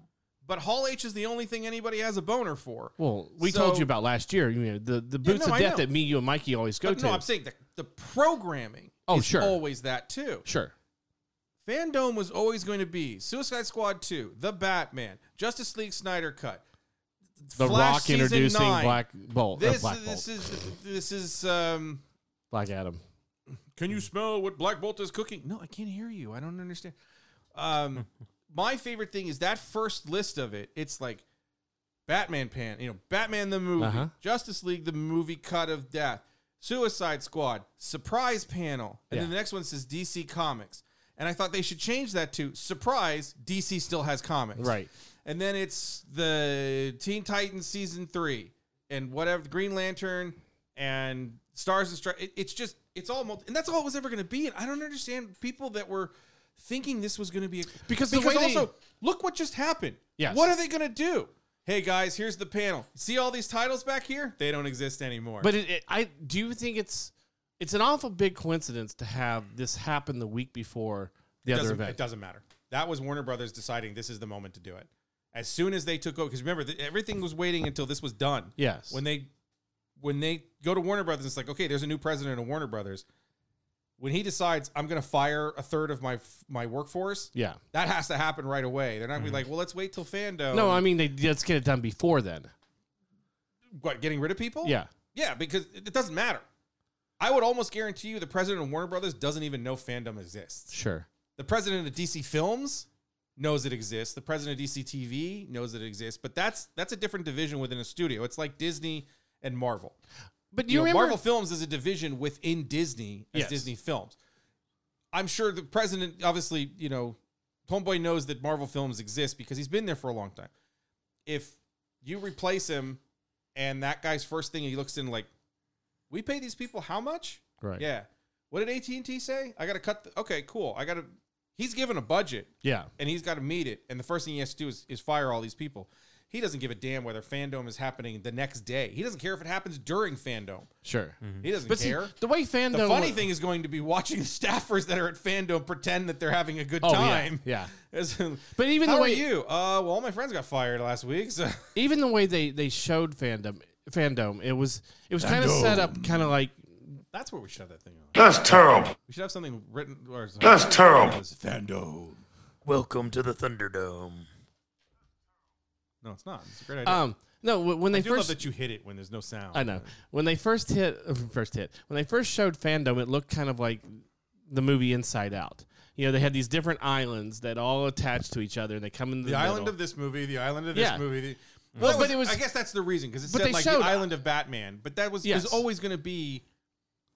but Hall H is the only thing anybody has a boner for. Well, we So- told you about last year. You know the, the boots no, of I death know. that me, you, and Mikey always go But to. no, I'm saying the, the programming Oh, is sure. always that too. sure. Fandom was always going to be Suicide Squad 2, The Batman, Justice League Snyder Cut, The Flash Rock Season introducing 9. Black Bolt. or This, Black this Bolt. is this is um, Black Adam. Can you smell what Black Bolt is cooking? No, I can't hear you. I don't understand. Um, my favorite thing is that first list of it. It's like Batman pan, you know, Batman the movie, Uh-huh. Justice League the movie cut of death, Suicide Squad, surprise panel, and then Yeah. the next one says DC Comics. And I thought they should change that to surprise. DC still has comics, Right. and then it's the Teen Titans season three and whatever Green Lantern and Stars and Stripes. It, it's just it's all multi- and that's all it was ever going to be. And I don't understand people that were thinking this was going to be a, Because the because way they- also look what just happened. Yes. what are they going to do? Hey guys, here's the panel. See all these titles back here? They don't exist anymore. But it, it, I do you think it's it's an awful big coincidence to have this happen the week before the other doesn't, event. It doesn't matter. That was Warner Brothers deciding this is the moment to do it. As soon as they took over, because remember th- everything was waiting until this was done. Yes. When they when they go to Warner Brothers, it's like okay, there's a new president of Warner Brothers. When he decides I'm going to fire a third of my f- my workforce, yeah. that has to happen right away. They're not going to be like, well, let's wait till Fando. Mm-hmm. No, I mean they let's get it done before then. what getting rid of people? Yeah. yeah, because it it doesn't matter. I would almost guarantee you the president of Warner Brothers doesn't even know fandom exists. Sure. The president of DC Films knows it exists. The president of DC TV knows it exists. But that's that's a different division within a studio. It's like Disney and Marvel. But You, you, know, remember Marvel Films is a division within Disney as Yes. Disney Films. I'm sure the president, obviously, you know, Homeboy knows that Marvel Films exists because he's been there for a long time. If you replace him, and that guy's first thing he looks in like, we pay these people how much? Right. Yeah. What did AT and T say? I got to cut. The, okay, cool. I got to. He's given a budget Yeah. and he's got to meet it. And the first thing he has to do is, is fire all these people. He doesn't give a damn whether fandom is happening the next day. He doesn't care if it happens during fandom. Sure. He doesn't But see, care. the way fandom the funny wa- thing is going to be watching the staffers that are at fandom pretend that they're having a good Oh, yeah. time. Yeah. As in, But even How the are way you? Uh, well, all my friends got fired last week, so even the way they they showed fandom fandom it was it was kind of set up kind of like that's where we should have that thing on. That's terrible. We should have something written or That's terrible. fandom. Welcome to the Thunderdome. No, it's not. It's a great idea. um no w- when they I do love first that you hit it when there's no sound. I know when they first hit first hit when they first showed fandom it looked kind of like the movie Inside Out. You know they had these different islands that all attach to each other and they come in the, the island middle. of this movie, the island of this Yeah. movie. The, Well, that but it was- I guess that's the reason because it But said they like showed- the island of Batman, but that was it Yes. was always going to be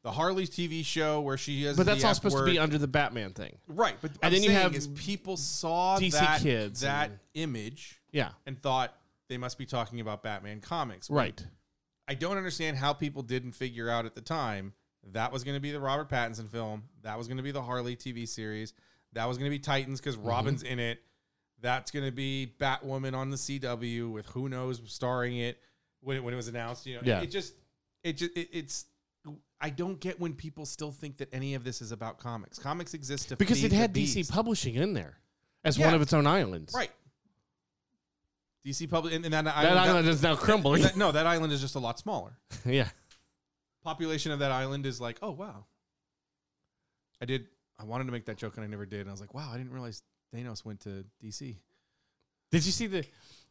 the Harley's TV show where she is. but that's the all F supposed word. to be under the Batman thing. right. But and then then you you have is people saw DC that, kids that and- image Yeah. and thought they must be talking about Batman comics. Right. I don't understand how people didn't figure out at the time that was going to be the Robert Pattinson film. That was going to be the Harley TV series. That was going to be Titans because Mm-hmm. Robin's in it. That's going to be Batwoman on the CW with who knows starring it when it, when it was announced. You know, Yeah. it, just it just it, it's. I don't get when people still think that any of this is about comics. Comics exist to Because feed it had the DC beast. publishing in there as one Yeah. of its own islands. right. DC public and, and that, That island, island is now crumbling. that- no, that island is just a lot smaller. yeah. population of that island is like, oh wow. I did. I wanted to make that joke and I never did. And I was like, wow, I didn't realize Thanos went to DC. Did you see the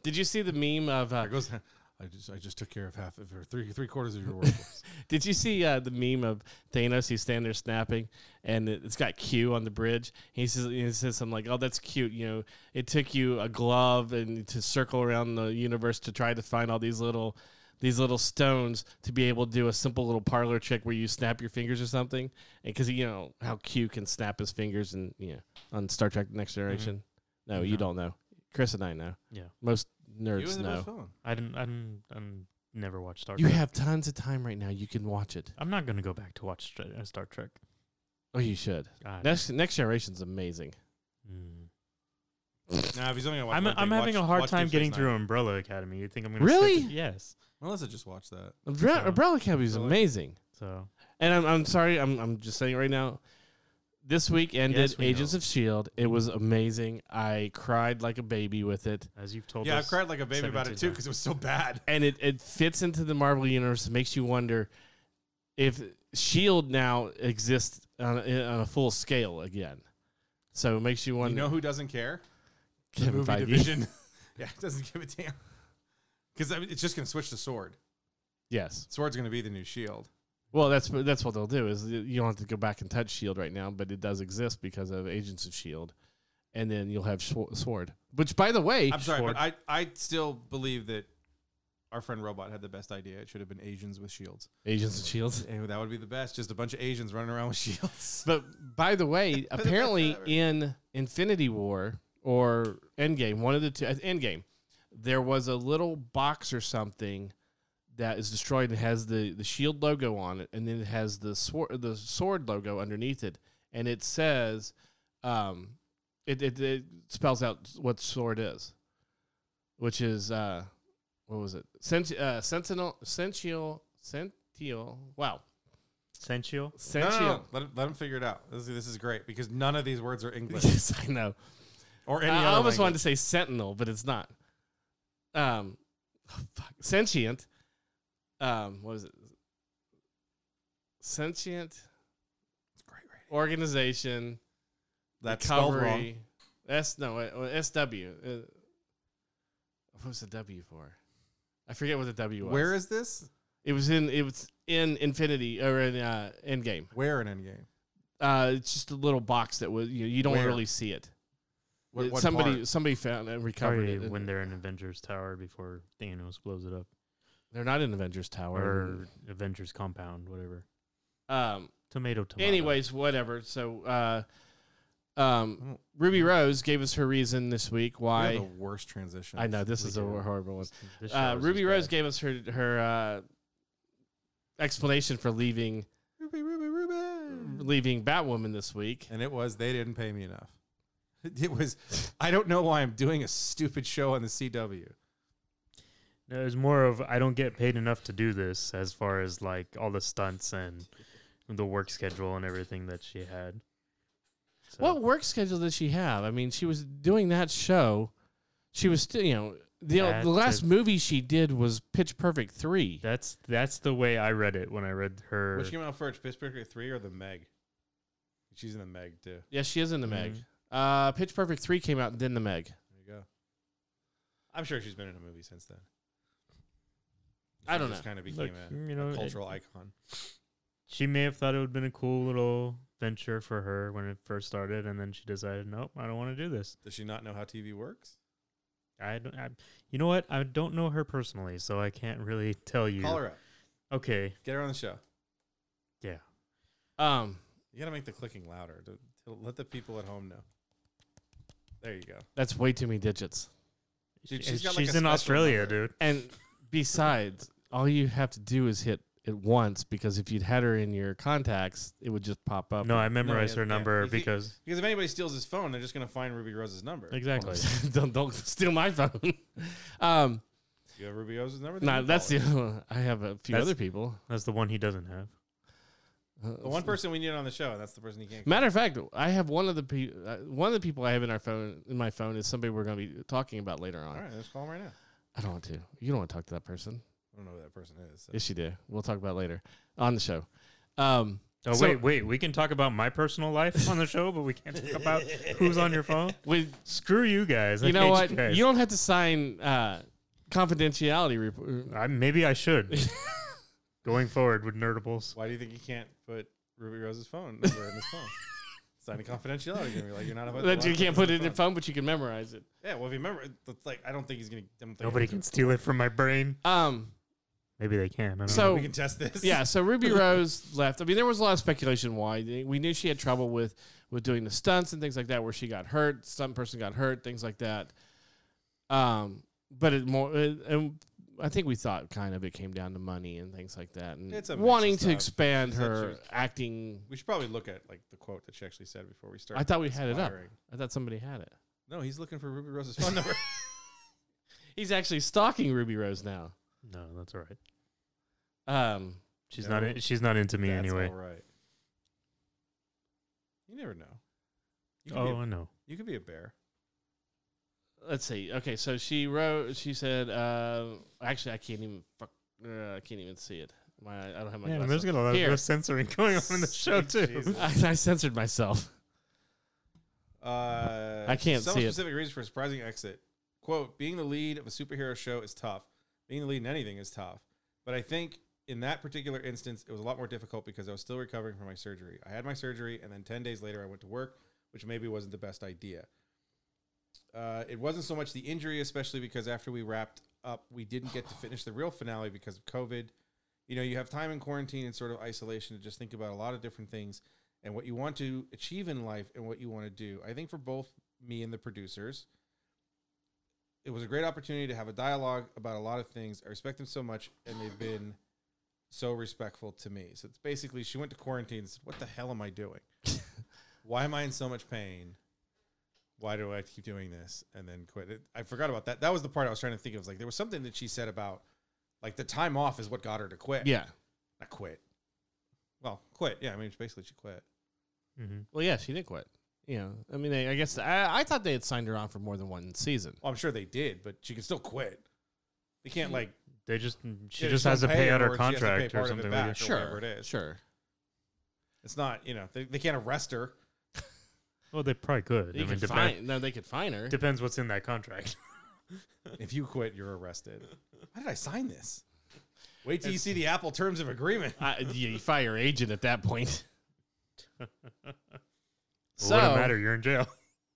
Did you see the meme of uh, There goes. I just I just took care of half of or three three quarters of your workforce. Did you see uh, the meme of Thanos? He's standing there snapping, and it- it's got Q on the bridge. He says, he says something like, "Oh, that's cute. You know, it took you a glove and to circle around the universe to try to find all these little, these little stones to be able to do a simple little parlor trick where you snap your fingers or something." And because you know how Q can snap his fingers, and you know on Star Trek: The Next Mm-hmm. Generation. No, you don't know. Chris and I know. Yeah. most you were nerds the most know. fun. I didn't. I didn't. I'm never watched Star. You Trek. have tons of time right now. You can watch it. I'm not gonna go back to watch Stra- uh, Star Trek. Oh, you should. God. Next Next Generation's amazing. Mm. Nah, if he's only gonna watch I'm. one thing, I'm having watch- a hard watch time Deep getting Space through Nine. Umbrella Academy. You think I'm gonna sit Really? th- yes. Melissa just watched that. Umbrella, So- Umbrella Academy is Really? amazing. So And I'm, I'm sorry, I'm, I'm just saying right now. This week ended Yes, we Agents know. of S.H.I.E.L.D. E It was amazing. I cried like a baby with it. as you've told yeah, I us, cried like a baby about it 17 too times. because it was so bad. And it, it fits into the Marvel Universe. It makes you wonder if S.H.I.E.L.D. E now exists on a, on a full scale again. So it makes you You wonder. know who doesn't care? The Kevin movie Feige. division. yeah, it doesn't give a damn. Because I mean, it's just gonna switch to sword. Yes. Sword's gonna be the new shield. Well, that's that's what they'll do is you don't have to go back and touch Shield E right now, but it does exist because of Agents of Shield, E and then you'll have Sw- Sword. Which, by the way, I'm sorry, Sword- but I, I still believe that our friend Robot had the best idea. It should have been Asians with shields. Agents of Shield. And that would be the best. Just a bunch of Asians running around with shields. But by the way, apparently ever. in Infinity War or Endgame, one of the two, uh, Endgame, there was a little box or something that is destroyed and has the, the shield logo on it, and then it has the sword the sword logo underneath it, and it says, um, it, it it spells out what sword is, which is uh, what was it? Sent, uh, sentinel, sensual, sential. Wow, Sensual. No, sensual. no, no. Let, 'em- let them figure it out. This, is- this is great because none of these words are English yes, I know. or any I other almost wanted to language. say sentinel, but it's not. Um, fuck. sentient. Um, what is it? Sentient Great, great. organization. That's spelled wrong. recovery. S no wait, well, SW. Uh, what was the W for? I forget what the W was. Where is this? it was in it was in Infinity or in uh, Endgame. Where in Endgame? Uh, it's just a little box that was you, you don't Where? really see it. What, It- what somebody part? somebody found and recovered Probably it. and- when they're in Avengers Tower before Thanos blows it up, They're not in Avengers Tower. or Avengers Compound, whatever. um. Tomato, tomato. Anyways, whatever. So, uh, um, Oh. Mm. Ruby Rose gave us her reason this week We have why. the worst transition. I know this We is a do. horrible one. This show Uh, is Ruby just Rose bad. gave us her her uh, explanation for leaving Ruby, Ruby, Ruby. leaving Batwoman this week. and it was they didn't pay me enough. It was I don't know why I'm doing a stupid show on the CW. No, it was more of I don't get paid enough to do this, as far as like all the stunts and the work schedule and everything that she had. So, What work schedule did she have? I mean, she was doing that show. She was still, you know, the, the That's last a- movie she did was Pitch Perfect three. That's that's the way I read it when I read her. Which came out first, Pitch Perfect three or the Meg? She's in the Meg too. Yes, she is in the Meg. Mm. Uh, Pitch Perfect three came out and then the Meg. There you go. I'm sure she's been in a movie since then. I don't Just know. kind of Look, became you a, know, it- cultural icon. she may have thought it would have been a cool little venture for her when it first started, and then she decided, nope, I don't want to do this. Does she not know how TV works? I don't. I, you know what? I don't know her personally, so I can't really tell you. Call her up. Okay. Get her on the show. Yeah. Um, You got to make the clicking louder. To, to let the people at home know. There you go. that's way too many digits. Dude, She- she's she's got, like, a in special Australia, number. dude. And besides, all you have to do is hit it once because if you'd had her in your contacts, it would just pop up. No, I memorized yeah, her yeah. number You can't- because Because if anybody steals his phone, they're just going to find Ruby Rose's number. exactly. don't, don't steal my phone. um, You have Ruby Rose's number? Then no, you that's call her. the. I have a few That's- other people. That's the one he doesn't have. Uh, The one person we need on the show, and that's the person you can't. Matter of fact, I have one of the pe- uh, one of the people I have in our phone in my phone is somebody we're going to be talking about later on. All right, let's call him right now. I don't want to. You don't want to talk to that person. I don't know who that person is. so- Yes, you do. We'll talk about it later on the show. Um, Oh So- wait, wait. We can talk about my personal life on the show, but we can't talk about who's on your phone. with Screw you guys. I you know hate what? You You, guys. don't have to sign uh, confidentiality report. I, maybe I should. Going forward with Nerdables. Why do you think you can't put Ruby Rose's phone number in his phone? Sign a confidentiality agreement. Like you're not about That to you allow can't people put it in the your phone, but you can memorize it. Yeah, well, if you remember, it's like I don't think he's gonna. I don't think Nobody he'll- can steal it from my brain. Um, Maybe they can. I don't So- know. We can test this. yeah. So Ruby Rose left. I mean, there was a lot of speculation why They- we knew she had trouble with with doing the stunts and things like that, where she got hurt, some person got hurt, things like that. Um, but it more it, and I think we thought kind of it came down to money and things like that, and It's a mix of wanting to stuff. expand She said she her was- acting. We should probably look at like the quote that she actually said before we start. I thought we had it up. conspiring. I thought somebody had it. No, he's looking for Ruby Rose's phone number. He's actually stalking Ruby Rose now. no, that's all right. Um, She's No. not. In, she's not into me That's anyway. All right. You never know. You could, Oh, be, I know. a, you could be a bear. let's see. Okay, so she wrote. She said, uh, "Actually, I can't even. Fuck, uh, I can't even see it. My, I don't have my. Yeah, glasses there's on. got a lot Here. of censoring going on in the show too. Jesus. I, I censored myself. Uh, I can't some see it. specific reasons for a surprising exit. Quote: Being the lead of a superhero show is tough. Being the lead in anything is tough. But I think in that particular instance, it was a lot more difficult because I was still recovering from my surgery. I had my surgery, and then ten days later, I went to work, which maybe wasn't the best idea. Uh, it wasn't so much the injury, especially because after we wrapped up, we didn't get to finish the real finale because of COVID. You know, you have time in quarantine and sort of isolation to just think about a lot of different things and what you want to achieve in life and what you want to do. I think for both me and the producers. It was a great opportunity to have a dialogue about a lot of things. I respect them so much, and they've been so respectful to me. So it's basically she went to quarantine and said, What the hell am I doing? Why am I in so much pain? Why do I keep doing this? And then quit it. I forgot about that. That was the part I was trying to think of. Like there was something that she said about like the time off is what got her to quit. Yeah. Not quit. Well, quit. Yeah, I mean, basically she quit. Mm-hmm. Well, yeah, she did quit. You know, I mean, I, I guess I, I thought they had signed her on for more than one season. Well, I'm sure they did, but she can still quit. They can't like They just she Yeah, just she'll has to pay pay him out or her she has to pay part contract or of it something back like that. or whatever it is. Sure. it's not you know they, they can't arrest her. Well, they probably could. They I mean, could depe- find, no, they could find her. depends what's in that contract. If you quit, you're arrested. Why did I sign this? Wait till you see the Apple terms of agreement. I, yeah, you fire your agent at that point. So, wouldn't matter. You're in jail.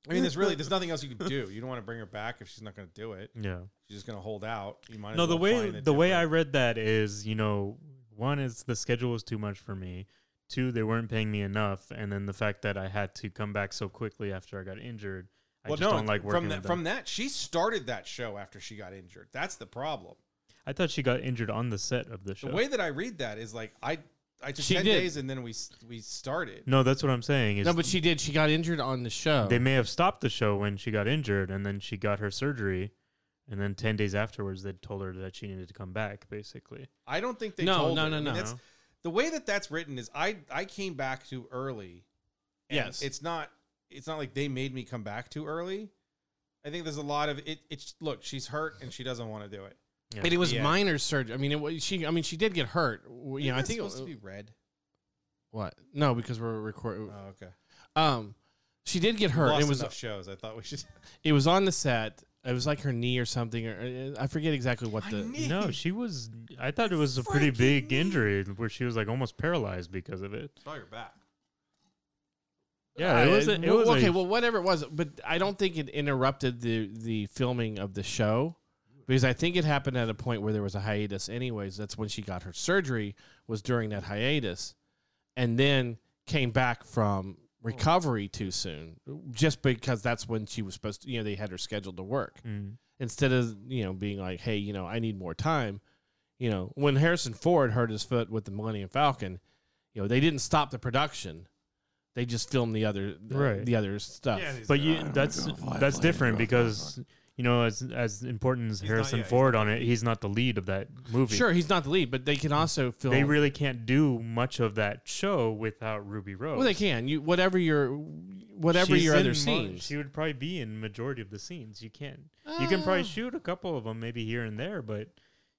I mean, there's really there's nothing else you can do. You don't want to bring her back if she's not going to do it. Yeah. She's just going to hold out. You might as No, the well way find the a way I different- read that is, you know, one is the schedule was too much for me. Two, they weren't paying me enough, and then the fact that I had to come back so quickly after I got injured, I well, just no, don't like working from with that. them. From that, she started that show after she got injured. That's the problem. I thought she got injured on the set of the show. The way that I read that is like I I took She ten did. days and then we s- we started. no, that's what I'm saying. Is No, but she did. She got injured on the show. they may have stopped the show when she got injured, and then she got her surgery, and then ten days afterwards, they told her that she needed to come back. Basically, I don't think they No, told no, her. no, I mean, no. that's- the way that that's written is I I came back too early. and Yes. it's not it's not like they made me come back too early. I think there's a lot of it. It's look, she's hurt and she doesn't want to do it. Yeah. And it was Yeah. minor surgery. I mean, it was, she. I mean, she did get hurt. W- You know, I Isn't that think it supposed to was- be red. what? No, because we're recording. Oh, okay. Um, she did get Her, hurt. Lost It was enough shows. I thought we should. it was on the set. It was like her knee or something, or uh, I forget exactly what the. No, she was. I thought it was a pretty Freaking big knee. injury where she was like almost paralyzed because of it. Oh, you're back. Yeah, it Uh, was. A, it well, was okay. a, well, whatever it was, but I don't think it interrupted the the filming of the show because I think it happened at a point where there was a hiatus. Anyways, that's when she got her surgery was during that hiatus, and then came back from Oh. recovery too soon, just because that's when she was supposed to. You know, they had her scheduled to work Mm. instead of you know being like, hey, you know, I need more time. You know, when Harrison Ford hurt his foot with the Millennium Falcon, you know they didn't stop the production; they just filmed the other the, Right. the other stuff. but you, that's that's different because you know, as as important as He's not- Harrison yeah, he's Ford on it, he's not the lead of that movie. sure, he's not the lead, but they can also film. they really can't do much of that show without Ruby Rose. well, they can. You whatever your whatever She's your in other mo- scenes. she would probably be in majority of the scenes. You can you can Ah. probably shoot a couple of them maybe here and there, but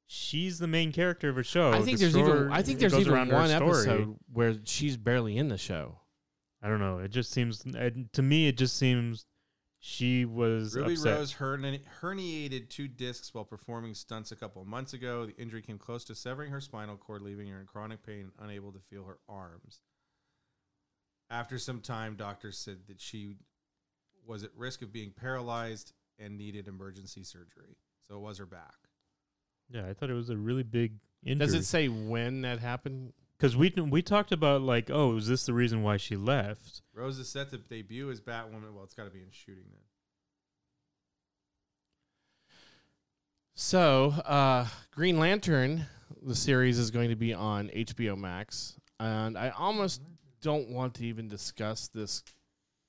she's the main character of a show. I think The there's even story- I think it there's goes even around her one story. episode where she's barely in the show. I don't know. It just seems it- to me. It just seems she was Ruby upset. Rose herni- herniated two discs while performing stunts a couple months ago. The injury came close to severing her spinal cord, leaving her in chronic pain and unable to feel her arms. After some time, doctors said that she was at risk of being paralyzed and needed emergency surgery. So it was her back. Yeah, I thought it was a really big injury. Does it say when that happened? Because we we talked about like, oh, is this the reason why she left? Rose is set to debut as Batwoman. Well, it's got to be in shooting then. So, uh, Green Lantern, the series is going to be on HBO Max, and I almost don't want to even discuss this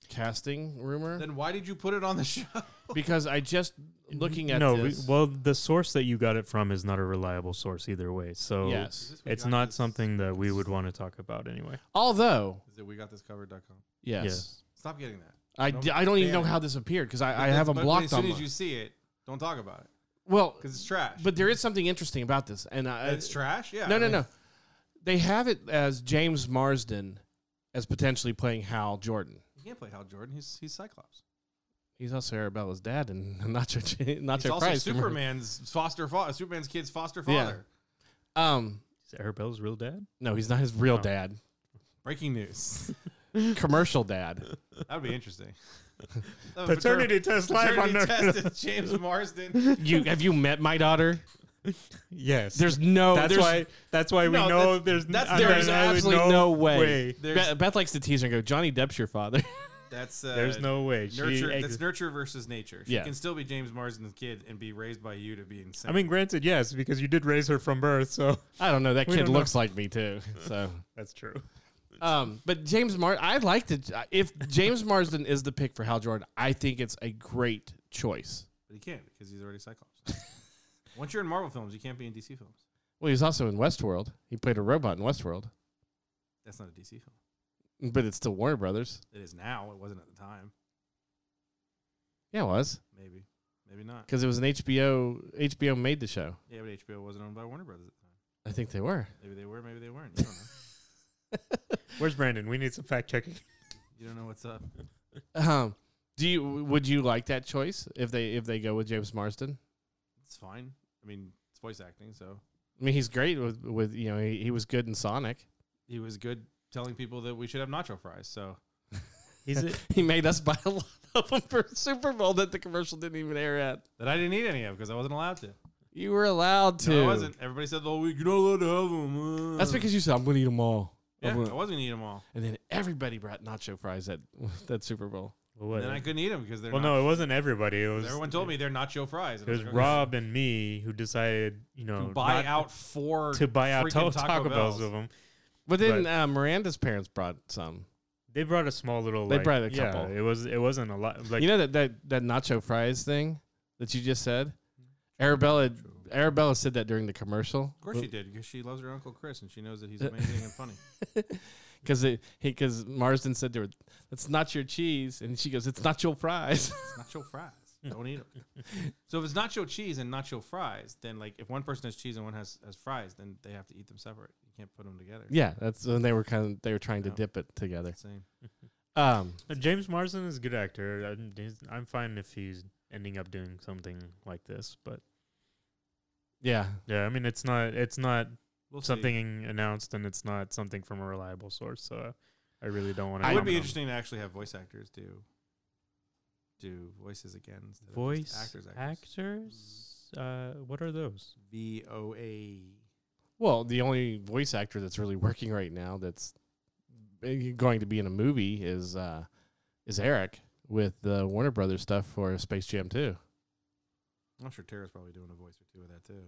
casting rumor Then why did you put it on the show? because I just looking at no, we- this. well, the source that you got it from is not a reliable source either way. So Is yes, this we it's got not this- something that we would want to talk about anyway. although Is it we got this covered.com? yes, Yes. Stop getting that. I, Don't d- I don't even ban know it. how this appeared because I, I But- have them but blocked As soon on as my- you see it, don't talk about it well, because it's trash. Uh, but there is something interesting about this, and I, it's trash. Yeah. No, I no, mean, no. They have it as James Marsden as potentially playing Hal Jordan. You can't play Hal Jordan. He's he's Cyclops. He's also Arabella's dad and Nacho Nacho He's also Fries. Superman's foster father. Superman's kid's foster father. Um, Is Arabella's real dad? no, he's not his real Oh. dad. Breaking news. Commercial dad. That would be interesting. Paternity test live on Paternity Nerd. test is James Marsden. You have you met my daughter? yes. There's no. that's there's, why. That's why we No, know that's- there's. that's- I there mean, is I would absolutely no way. There's- Beth, Beth likes to tease her and go, "Johnny Depp's your father." That's uh, There's no way. She nurture. ex- that's nurture versus nature. She Yeah. can still be James Marsden's kid and be raised by you to be insane. I mean, granted, yes, because you did raise her from birth, so I don't know. That We kid don't know. looks like me too. So, that's true. um, but James Mar, I like to. If James Marsden is the pick for Hal Jordan, I think it's a great choice. but he can't because he's already Cyclops. Once you're in Marvel films, you can't be in DC films. Well, he's also in Westworld. He played a robot in Westworld, That's not a DC film. but it's still Warner Brothers. It is now. It wasn't at the time. Yeah, it was Maybe. Maybe not. because it was an HBO. HBO made the show. Yeah, but HBO wasn't owned by Warner Brothers at the time. I think they were. Maybe they were. Maybe they weren't. You don't know. Where's Brandon? We need some fact checking. you don't know what's up. Um, do you would you like that choice if they if they go with James Marsden? It's fine. I mean, it's voice acting, so I mean, he's great with with you know he, he was good in Sonic. he was good telling people that we should have nacho fries. So He's a, He made us buy a lot of them for Super Bowl that the commercial didn't even air at. that I didn't eat any of because I wasn't allowed to. You were allowed to. No, I wasn't. Everybody said, "Oh, we're not allowed to have them." That's because you said I'm gonna eat them all. I'm yeah, gonna-" I wasn't gonna eat them all, And then everybody brought nacho fries at that Super Bowl. what? and then I couldn't eat them because they're well, not. no, it wasn't everybody. It was everyone told me they're nacho fries. It was like, okay. Rob and me who decided, you know, to buy not- out four to buy out freaking Taco, Taco Bells Bells. of them. But then uh, Miranda's parents brought some. They brought a small little. They like- brought a yeah, couple. it was. It wasn't a lot. Like you know that, that that nacho fries thing that you just said. Arabella Arabella said that during the commercial. Of course she did because she loves her uncle Chris and she knows that he's Uh, amazing and funny. because because Marsden said to her, "That's not your cheese," and she goes, "It's not your fries." Nacho fries, don't eat them. so if it's nacho cheese and nacho fries, then like if one person has cheese and one has has fries, then they have to eat them separate. You can't put them together. yeah, that's when they were kind of they were trying to Yeah. dip it together. Same. Um, uh, James Marsden is a good actor. I'm, he's- I'm fine if he's ending up doing something like this, but yeah, yeah, I mean, it's not. It's not We'll see. something announced, and it's not something from a reliable source. So I really don't want to. It would be interesting to actually have voice actors do do voices again. instead of just Voice actors, Mm. actors. actors. Uh, what are those? V O A. well, the only voice actor that's really working right now that's eh, going to be in a movie is uh, is Eric with the Warner Brothers stuff for Space Jam Two. I'm sure Tara's probably doing a voice or two of that too.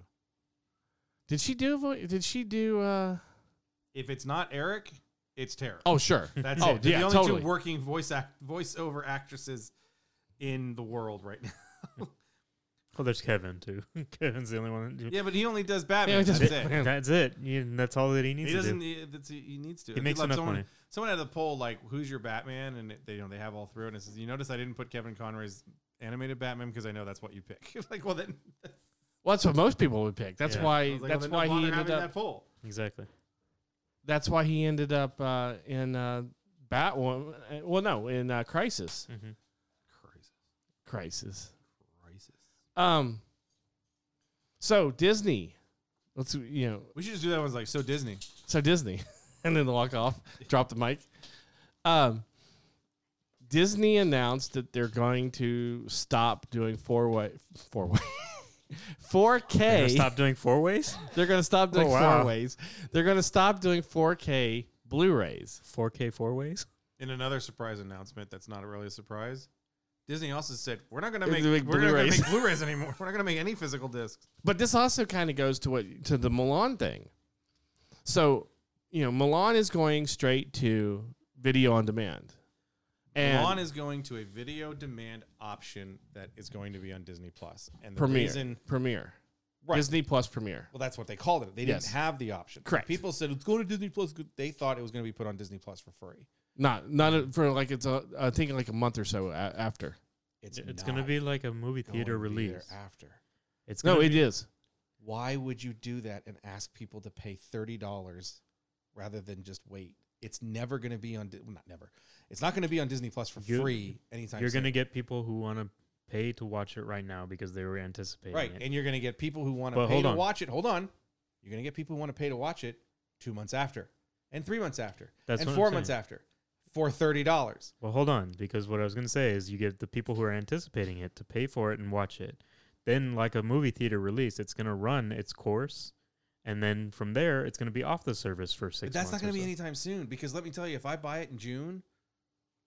Did she do? a Vo- did she do? Uh, If it's not Eric, it's Tara. oh, sure. That's oh, it. They're yeah, the only totally. two working voice act voiceover actresses in the world right now. Well, there's Kevin too. Kevin's the only one. That, yeah, but he only does Yeah, Batman. it does- that's it. That's it. Yeah, that's all that he needs He to do. doesn't. He, that's, he needs to. He makes like enough someone, money. Someone had a poll like, "Who's your Batman?" And it, they you know they have all through, and it says, "You notice I didn't put Kevin Conroy's animated Batman because I know that's what you pick." like, well then, well, that's what most people would pick. That's Yeah. I why. was like, that's well, then why no bother he ended having up. that poll. Exactly. that's why he ended up uh, in uh, Batwoman. uh, Well, no, in uh, Crisis. hmm Crazy, Crisis. crazy. Um. So Disney, let's you know. We should just do that one's like so Disney. So Disney, and then walk off, drop the mic. Um. Disney announced that they're going to stop doing four way, four way, four K. Stop doing four ways. They're going to stop doing Oh, wow. four ways. They're going to stop doing four K Blu-rays. Four K four ways. In another surprise announcement, that's not really a surprise. Disney also said we're not going to They're doing make we're not going to Blu-rays. make Blu-rays anymore. We're not going to make any physical discs. But this also kind of goes to what to the Milan thing. So, you know, Milan is going straight to video on demand. And Mulan is going to a video demand option that is going to be on Disney Plus, and the Premiere. reason Premiere. Right. Disney Plus Premiere. Well, that's what they called it. They Yes. didn't have the option. Correct. People said it's going to Disney Plus. They thought it was going to be put on Disney Plus for free. Not not a- for like it's a I think like a month or so a- after. It's, It's, gonna not be like a movie going theater to be there release. after. It's gonna No, be, it is. Why would you do that and ask people to pay thirty dollars rather than just wait? It's never going to be on. Di- Well, not never. It's not going to be on Disney Plus for You- free anytime. you're soon. gonna get people who want to pay to watch it right now because they were anticipating right, it. and you're going to get people who want to But pay hold to on. watch it. Hold on, you're going to get people who want to pay to watch it two months after, and three months after, That's and what I'm four months saying. after, for thirty dollars. Well, hold on, because what I was going to say is you get the people who are anticipating it to pay for it and watch it. Then, like a movie theater release, it's going to run its course, and then from there, it's going to be off the service for six. But that's not going to be anytime soon because let me tell you, if I buy it in June,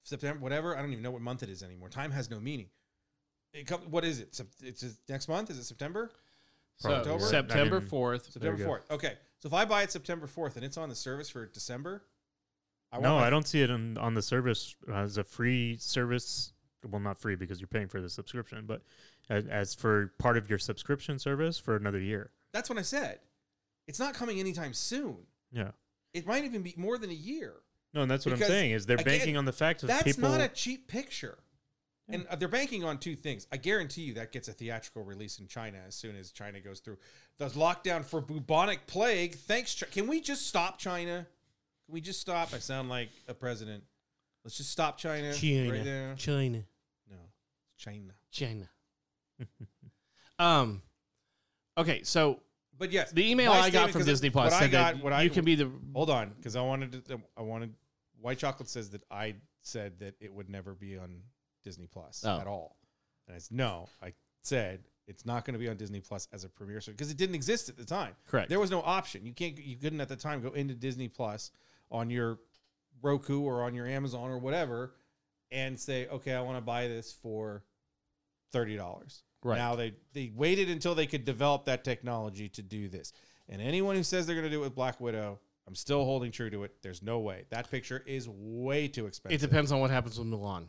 September, whatever. I don't even know what month it is anymore. Time has no meaning. It come, what is it? Sep- It's it's next month. Is it September? So October? September I didn't- fourth. September you go. fourth. Okay, so if I buy it September fourth and it's on the service for December, I no, my- I don't see it on, on the service as a free service. Well, not free because you're paying for the subscription, but as, as for part of your subscription service for another year. That's what I said. It's not coming anytime soon. Yeah. It might even be more than a year. No, and that's what Because, I'm saying is they're again, banking on the fact that That's people. not a cheap picture. And uh, they're banking on two things. I guarantee you that gets a theatrical release in China as soon as China goes through the lockdown for bubonic plague. Thanks. Chi- Can we just stop China? Can we just stop? I sound like a president. Let's just stop China. Right there. China. No, China. China. um. Okay, so But yes, the email I my got statement- from 'cause Disney what Plus I said got, that what I, you can be the Hold on, because I wanted to. I wanted. White chocolate says that I said that it would never be on Disney Plus Oh. at all, and I said no. I said it's not going to be on Disney Plus as a premiere service because it didn't exist at the time. correct. There was no option. You can't. You couldn't at the time go into Disney Plus on your Roku or on your Amazon or whatever, and say, okay, I want to buy this for thirty dollars. Right. Now they they waited until they could develop that technology to do this. And anyone who says they're going to do it with Black Widow, I'm still holding true to it. There's no way. That picture is way too expensive. it depends on what happens with Milan.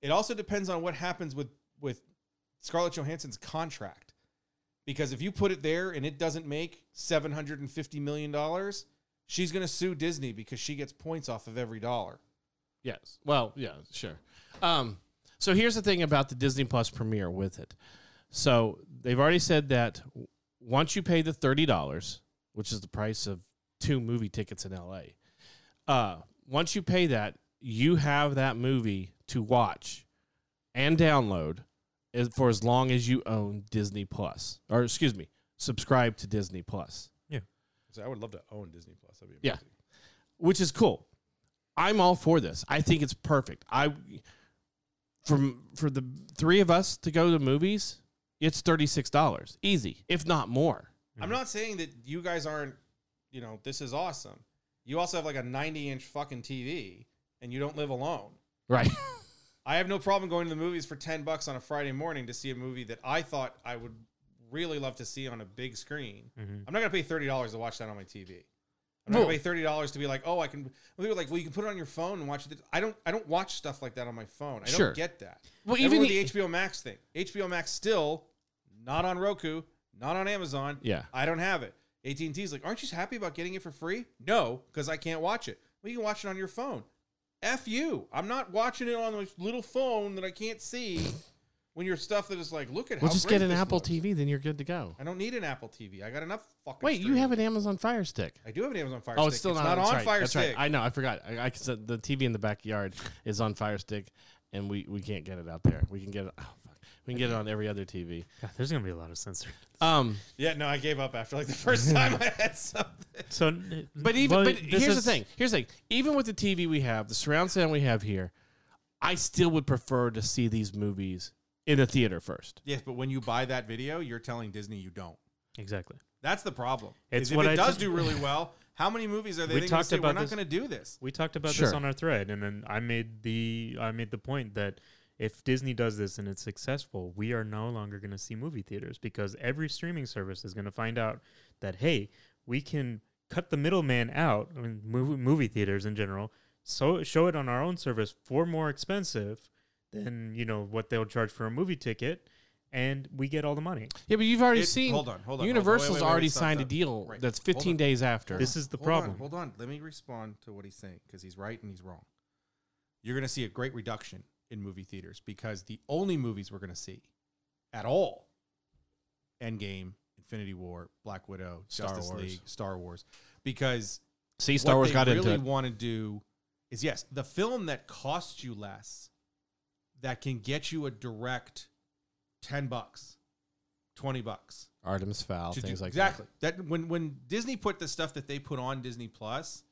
It also depends on what happens with with Scarlett Johansson's contract. Because if you put it there and it doesn't make $750 million, she's going to sue Disney because she gets points off of every dollar. Yes. Well, yeah, sure. Um, so here's the thing about the Disney Plus premiere with it. So they've already said that w- once you pay the thirty dollars, which is the price of two movie tickets in LA, uh, once you pay that, you have that movie to watch and download as- for as long as you own Disney Plus, or excuse me, subscribe to Disney Plus. So I would love to own Disney Plus. That'd be Yeah. which is cool. I'm all for this. I think it's perfect. I from for the three of us to go to movies, it's thirty six dollars easy, if not more. I'm not saying that you guys aren't, you know, this is awesome. You also have like a 90 inch fucking TV and you don't live alone. Right. I have no problem going to the movies for 10 bucks on a Friday morning to see a movie that I thought I would really love to see on a big screen. Mhm. I'm not going to pay $30 to watch that on my TV. I'm not going to pay $30 to be like, "Oh, I can well, people are like, "Well, you can put it on your phone and watch it." I don't I don't watch stuff like that on my phone. I don't Sure. get that. Well, Even even e- the, with the HBO Max thing. HBO Max still not on Roku, not on Amazon. yeah, I don't have it. AT and T's like, aren't you happy about getting it for free? No, because I can't watch it. Well, you can watch it on your phone. F you. I'm not watching it on this little phone that I can't see. When your stuff that is like, look at we'll how just great get an this Apple looks. TV, then you're good to go. I don't need an Apple TV. I got enough fucking. Wait, you have streaming. an Amazon Fire Stick. I do have an Amazon Fire. oh, Stick. it's still not, on that's right. Fire That's Stick. right. I know. I forgot. I, I said the TV in the backyard is on Fire Stick, and we we can't get it out there. We can get it. Oh, fuck. We can get it on every other TV. God, there's gonna be a lot of censoring. Um, yeah, no, I gave up after like the first time I had something. So, But even but here's the thing. Here's the thing. Even with the TV we have, the surround sound we have here, I still would prefer to see these movies in the theater first. Yes, but when you buy that video, you're telling Disney you don't. Exactly. That's the problem. It's Is if what it I does just- do really well, how many movies are they We thinking to talked say, we're about not this- going to do this? We talked about Sure. this on our thread, and then I made the I made the point that if Disney does this and it's successful, we are no longer going to see movie theaters because every streaming service is going to find out that hey, we can cut the middleman out. I mean, movie, movie theaters in general, so show it on our own service for more expensive than you know what they'll charge for a movie ticket, and we get all the money. Yeah, but you've already It- seen hold on, hold on, hold on. Wait, Universal's wait, wait, wait, already stop, signed a stop. deal Right. that's Hold 15 on. days after. This is the Hold problem. On, hold on. Let me respond to what he's saying because he's right and he's wrong. You're going to see a great reduction in movie theaters because the only movies we're going to see at all Endgame, Infinity War, Black Widow, Star Justice Wars. League, Star Wars. Because See, Star what Wars they got really into it. want to do is yes, the film that costs you less, that can get you a direct 10 bucks, 20 bucks Artemis Fowl, to do- things like exactly that. when when Disney put the stuff that they put on Disney Plus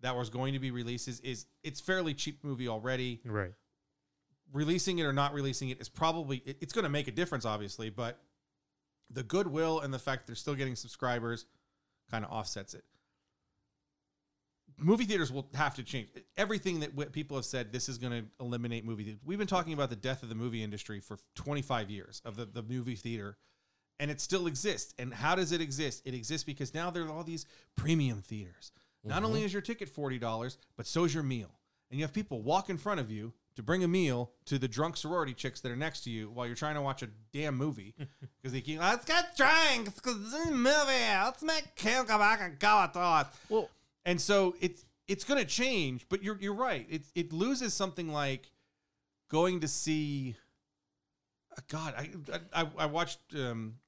that was going to be releases is it's fairly cheap movie already. Right. Releasing it or not releasing it is probably it- it's going to make a difference, obviously, but the goodwill and the fact that they're still getting subscribers kind of offsets it. movie theaters will have to change everything that w- people have said. This is going to eliminate movie theaters. We've been talking about the death of the movie industry for 25 years of the, the movie theater, and it still exists. And how does it exist? It exists because now there are all these premium theaters. Not only is your ticket forty dollars, but so is your meal, and you have people walk in front of you to bring a meal to the drunk sorority chicks that are next to you while you're trying to watch a damn movie because they keep let's get drinks because this is a movie. Let's make Kim come back and go with us. Well, And so it's it's going to change, but you're you're right. It it loses something like going to see. uh, God, I I, I watched. Um,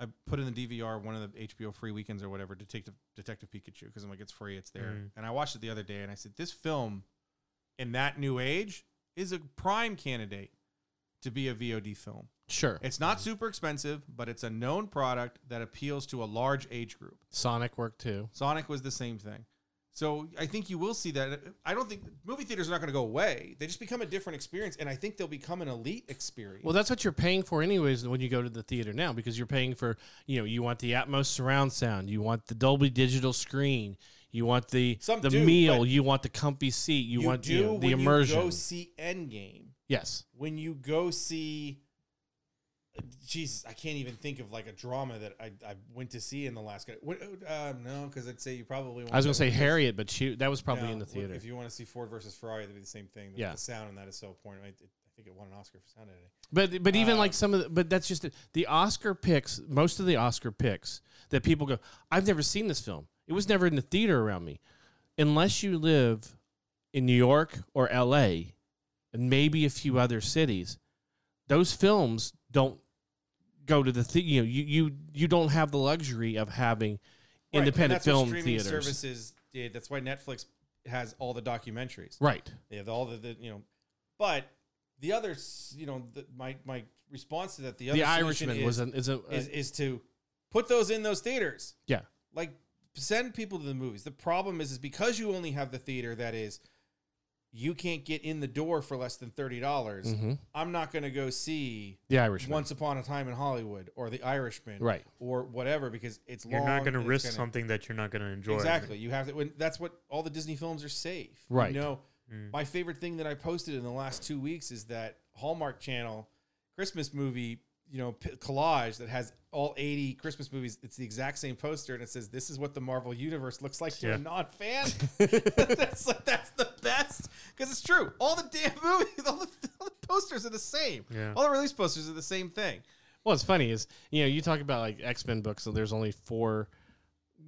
I put in the DVR one of the HBO free weekends or whatever, Detective Detective Pikachu, because I'm like it's free, it's there. Mm. And I watched it the other day, and I said this film, in that new age, is a prime candidate to be a VOD film. sure. It's not super expensive, but it's a known product that appeals to a large age group. Sonic worked too. Sonic was the same thing. So I think you will see that. I don't think movie theaters are not going to go away. They just become a different experience, and I think they'll become an elite experience. Well, that's what you're paying for anyways when you go to the theater now because you're paying for, you know, you want the Atmos surround sound, you want the Dolby digital screen, you want the Some the do, meal, but you want the comfy seat, you, want you know, the when immersion. You go see Endgame. yes. When you go see, Jesus, I can't even think of like a drama that I, I went to see in the last. What, um, no, because I'd say you probably. won't I was going to go say because- Harriet, but she that was probably No, in the w- theater. If you want to see Ford versus Ferrari, that'd be the same thing. The, Yeah. the sound on that is so important. I, I think it won an Oscar for sound editing. But but even Um, like some of the, but that's just it. the Oscar picks. Most of the Oscar picks that people go, I've never seen this film. It was never in the theater around me, unless you live in New York or L.A. and maybe a few other cities. Those films don't go to the the You know, you you you don't have the luxury of having Right, and independent that's what film streaming theaters. services did. That's why Netflix has all the documentaries. Right. They have all the, the you know, but the other s- you know the, my my response to that the other The solution Irishman was is, an, is a is is to put those in those theaters. yeah. Like send people to the movies. The problem is is because you only have the theater that is you can't get in the door for less than thirty dollars. hmm I'm not going to go see The Irishman. Once Upon a Time in Hollywood or The Irishman, Right. or whatever, because it's You're long. not going to and it's risk gonna- something that you're not going to enjoy. Exactly. You have to. When, that's what all the Disney films are safe. Right. You know, Mm. my favorite thing that I posted in the last two weeks is that Hallmark Channel Christmas movie, you know, p- collage that has all 80 Christmas movies. It's the exact same poster, and it says, "This is what the Marvel Universe looks like to Yeah. a non-fan." that's like that's the best because it's true. All the damn movies, all the, all the posters are the same. Yeah. All the release posters are the same thing. Well, it's funny is you know you talk about like X Men books, and there's only four.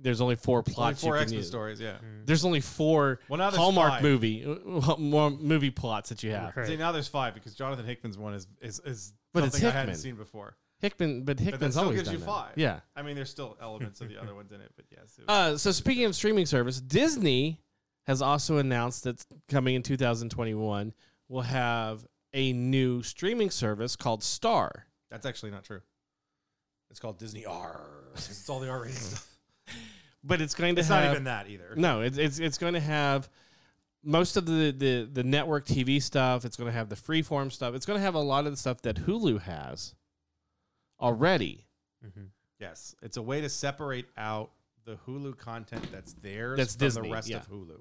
There's only four Only plots. four you X can Men use. stories. Yeah. There's only four Well, now there's Hallmark five. movie uh, more movie plots that you have. Right. See, now there's five because Jonathan Hickman's one is is is But it's something I hadn't Hickman. seen before. Hickman, but But Hickman's that still always gives done you that. five. Yeah. I mean, there's still elements of the other ones in it, but yes. it was- Uh, so speaking of streaming service, Disney has also announced that coming in 2021 will have a new streaming service called Star. that's actually not true. It's called Disney R. 'cause It's all the R rated stuff. But it's going to It's have not even that either. No, it's it's it's going to have most of the, the the network TV stuff. It's going to have the freeform stuff. It's going to have a lot of the stuff that Hulu has already. Mhm. Yes, it's a way to separate out the Hulu content that's theirs That's from Disney, the rest yeah. of Hulu,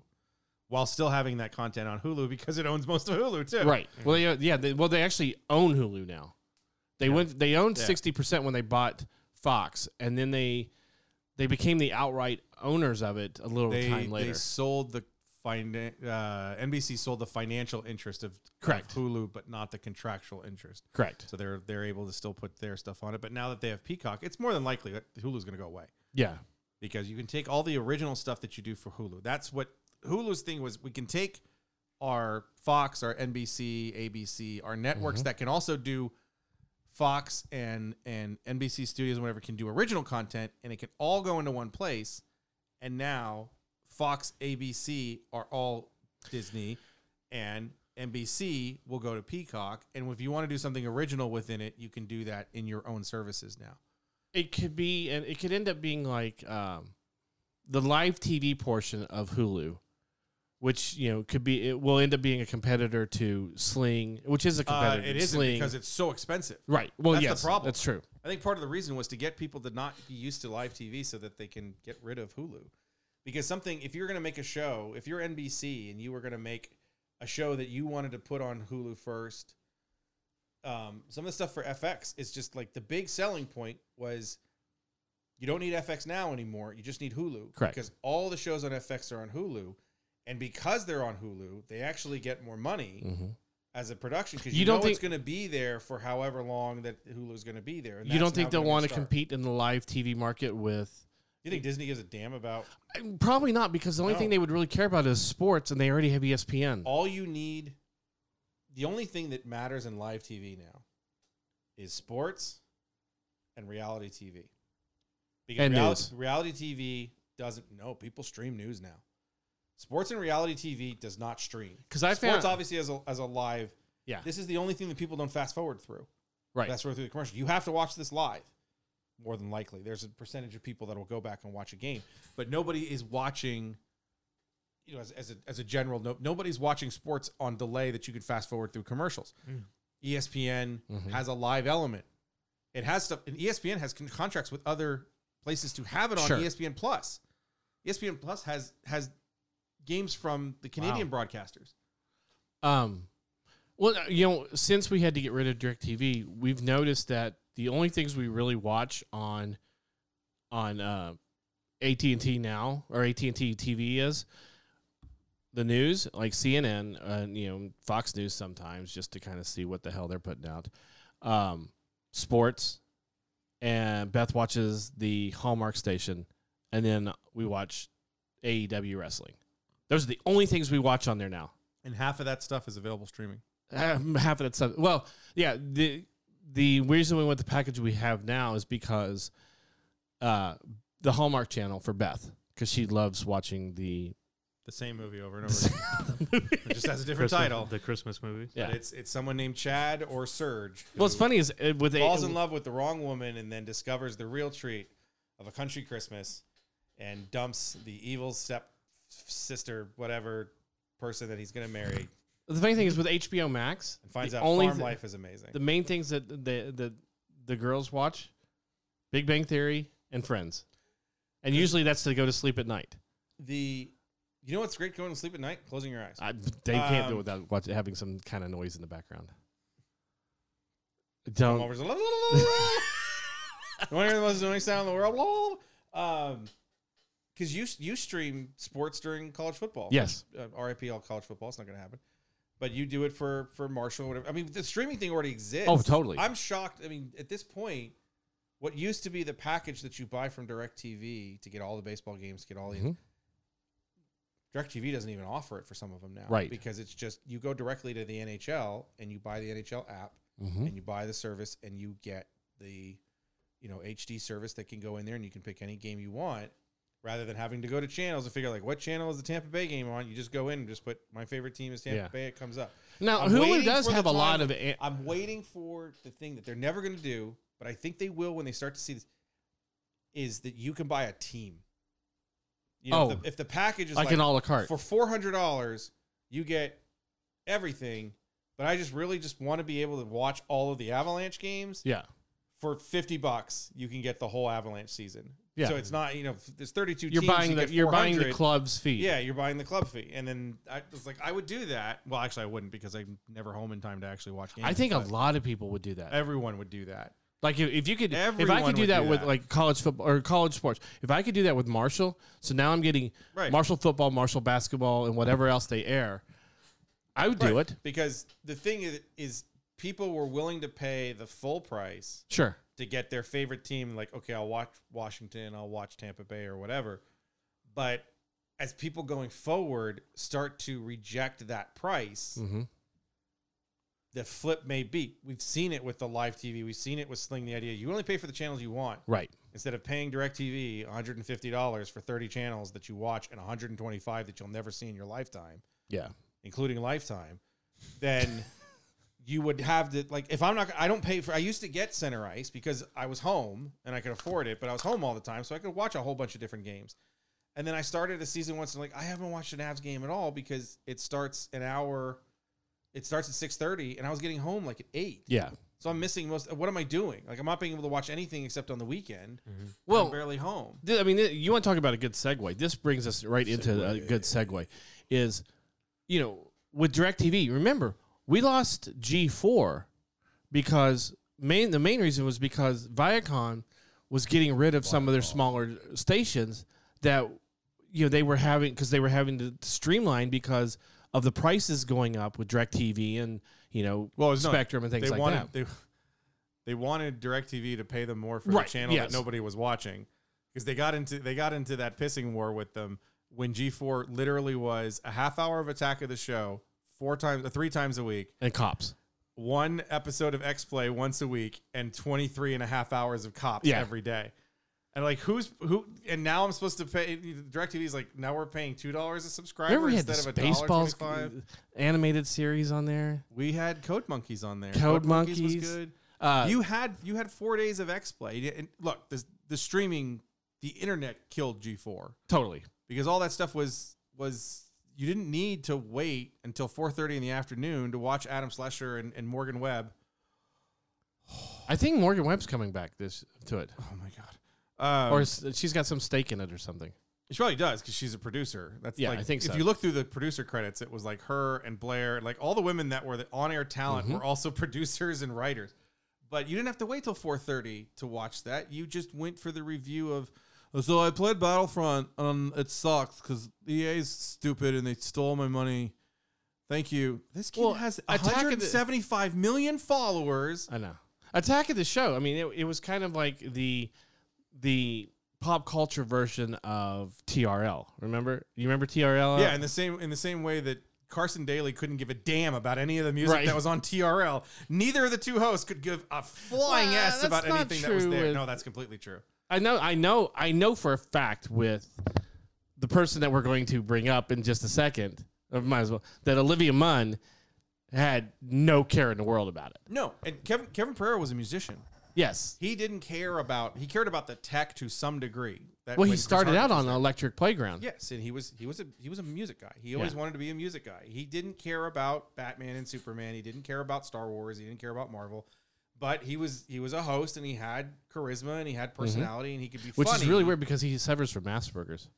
while still having that content on Hulu because it owns most of Hulu too. Right. Well, yeah, yeah. They, well, they actually own Hulu now. They went. They owned Yeah. sixty percent when they bought Fox, and then they they became the outright owners of it a little They time they later. sold the. Finan- uh, NBC sold the financial interest of, Correct. of Hulu, but not the contractual interest. Correct. So they're they're able to still put their stuff on it. But now that they have Peacock, it's more than likely that Hulu's going to go away Yeah. because you can take all the original stuff that you do for Hulu. That's what Hulu's thing was. We can take our Fox, our NBC, ABC, our networks that can also do Fox and and NBC Studios, whatever, can do original content, and it can all go into one place. And now Fox, ABC are all Disney, and NBC will go to Peacock. And if you want to do something original within it, you can do that in your own services now. It could be, and it could end up being like um, the live TV portion of Hulu, which you know could be. It will end up being a competitor to Sling, which is a Uh, competitor. it to isn't Sling. because it's so expensive. right. Well, that's the yes, problem. that's true. I think part of the reason was to get people to not be used to live TV so that they can get rid of Hulu. because something if you're going to make a show, if you're NBC and you were going to make a show that you wanted to put on Hulu first, um, some of the stuff for FX is just like the big selling point was you don't need FX now anymore. You just need Hulu. Correct. Because all the shows on FX are on Hulu. And because they're on Hulu, they actually get more money Mm-hmm. as a production because You you, don't know think- it's going to be there for however long that Hulu's going to be there. and You don't that's think now they'll gonna want to start. compete in the live TV market with? You think Disney gives a damn about Probably not, because the only thing No. they would really care about is sports, and they already have E ESPN. all you need? The only thing that matters in live TV now is sports and reality TV. Because And reality, news. reality TV doesn't. No, people stream news now. Sports and reality TV does not stream 'Cause I sports found- obviously as a as a live. Yeah. this is the only thing that people don't fast forward through. right. That's where through the commercial. You have to watch this live. More than likely, there's a percentage of people that will go back and watch a game, but nobody is watching. You know, as, as a as a general, no, nobody's watching sports on delay that you could fast forward through commercials. E Mm. ESPN Mhm. has a live element. It has stuff, and E ESPN has con- contracts with other places to have it on E Sure. ESPN Plus. E ESPN Plus has has games from the Canadian broadcasters. Um, well, you know, since we had to get rid of Directv, we've noticed that the only things we really watch on on uh, AT and T now or AT and T TV is the news, like CNN, uh, you know, Fox News sometimes, just to kind of see what the hell they're putting out. Um, sports, and Beth watches the Hallmark station, and then we watch AEW wrestling. Those are the only things we watch on there now. And half of that stuff is available streaming. Um, half of that stuff. Well, yeah. The the reason we want the package we have now is because uh, the Hallmark Channel for Beth because she loves watching the The same movie over and over again. it just has a different Christmas- title. the Christmas movies. yeah. But it's it's someone named Chad or Serge. well, it's who funny is uh, with Falls a, in love with the wrong woman and then discovers the real treat of a country Christmas, and dumps the evil step sister, whatever person that he's going to marry, The funny thing is with HBO Max, and finds the out only farm th- life is amazing. The main things that the the the girls watch, Big Bang Theory and Friends, and usually that's to go to sleep at night. The you know what's great going to sleep at night? Closing your eyes. I, they can't do it Um, without watch, having some kind of noise in the background. Don't Homer's like, "La, la, la, la, la." You wanna hear the most annoying sound in the world? Um, because you you stream sports during college football. Yes. uh, RIP all college football. It's not going to happen. But you do it for for Marshall, whatever. I mean, the streaming thing already exists. Oh, totally. I'm shocked. I mean, at this point, what used to be the package that you buy from DirecTV to get all the baseball games, get all the Mhm. DirecTV doesn't even offer it for some of them now, Right. Because it's just you go directly to the NHL and you buy the NHL app Mhm. and you buy the service and you get the you know HD service that can go in there and you can pick any game you want rather than having to go to channels and figure out like what channel is the Tampa Bay game on you just go in and just put my favorite team is Tampa Yeah. Bay it comes up Now I'm Hulu waiting does for the have a time- lot of a- I'm waiting for the thing that they're never going to do but I think they will when they start to see this is that you can buy a team you know Oh. if, the, if the package is like, an a la carte. for four hundred dollars, you get everything. But I just really just want to be able to watch all of the Avalanche games. yeah, For fifty bucks, you can get the whole Avalanche season. Yeah. So it's not you know if there's thirty two. you're buying the you're buying the club's fee. Yeah, you're buying the club fee, and then I was like, I would do that. Well, actually, I wouldn't because I'm never home in time to actually watch games. I think a but lot of people would do that. everyone would do that. Like if, if you could, if I Everyone could do would that do with that. like college football or college sports, if I could do that with Marshall, so now I'm getting Right. Mm-hmm. Marshall football, Marshall basketball, and whatever else they air, I would do Right. it. because the thing is, is people were willing to pay the full price Sure, to get their favorite team. Like, okay, I'll watch Washington, I'll watch Tampa Bay or whatever. But as people going forward start to reject that price, hmm the flip may be. We've seen it with the live TV. We've seen it with Sling the Idea. You only pay for the channels you want right. instead of paying DirecTV $150 for 30 channels that you watch and 125 that you'll never see in your lifetime Yeah, including lifetime, then you would have the like if I'm not I don't pay for I used to get center ice because I was home and I could afford it, but I was home all the time, so I could watch a whole bunch of different games. And then I started a season once and like I haven't watched an Avs game at all because it starts an hour it starts at six thirty and I was getting home like at eight. yeah. So I'm missing most. What am I doing? Like I'm not being able to watch anything except on the weekend. I'm Well, barely home. th- I mean, th- you want to talk about a good segue? This brings us right into a good segue. Is you know with Directv, remember we lost G four because main the main reason was because Viacom was getting rid of some of their smaller stations that you know they were having because they were having to streamline because of the prices going up with Directv and you know Well, it's not- Spectrum and things they like wanted that. they, they wanted Directv to pay them more for Right, the channel yes. that nobody was watching because they got into they got into that pissing war with them when G4 literally was a half hour of Attack of the Show four times uh, three times a week, and cops. one episode of X Play once a week, and 23 and a half hours of Cops Yeah. every day. And like who's who? And now I'm supposed to pay. Directv is like now we're paying two dollars a subscriber Remember we had instead this of a dollar twenty baseballs five. animated series on there. We had Code Monkeys on there. Code Monkeys. was good. Uh, you had you had four days of X Play. And look, the the streaming, the internet killed G four Totally. because all that stuff was was you didn't need to wait until four thirty in the afternoon to watch Adam Slesher and, and Morgan Webb. I think Morgan Webb's coming back this to it, Oh my god! Um, or s- she's got some stake in it or something. she probably does because she's a producer. That's Yeah, like, I think so. If you look through the producer credits, it was like her and Blair, like all the women that were the on-air talent Mm-hmm. were also producers and writers. But you didn't have to wait till 4:30 to watch that. You just went for the review of. So I played Battlefront. Um, it sucks because EA's stupid and they stole my money. Thank you. This kid Well, has Attack of the- 175 million followers. I know. Attack of the Show. I mean, it, it was kind of like the the pop culture version of TRL. Remember? You remember TRL? Yeah, in the same in the same way that Carson Daly couldn't give a damn about any of the music Right. that was on TRL. Neither of the two hosts could give a flying Well, s that's about not anything that was true there. with- No, that's completely true. I know. I know. I know for a fact with the person that we're going to bring up in just a second. Or might as well that Olivia Munn had no care in the world about it. No, and Kevin Kevin Pereira was a musician. Yes. He didn't care about he cared about the tech to some degree. That Well, when he Chris started Hardwick out was on there. Electric Playground. Yes, and he was he was a he was a music guy. He always Yeah. wanted to be a music guy. He didn't care about Batman and Superman. He didn't care about Star Wars. He didn't care about Marvel. But he was he was a host and he had charisma and he had personality and he could be Mm-hmm. Which funny. is really weird because he severs from Asperger's.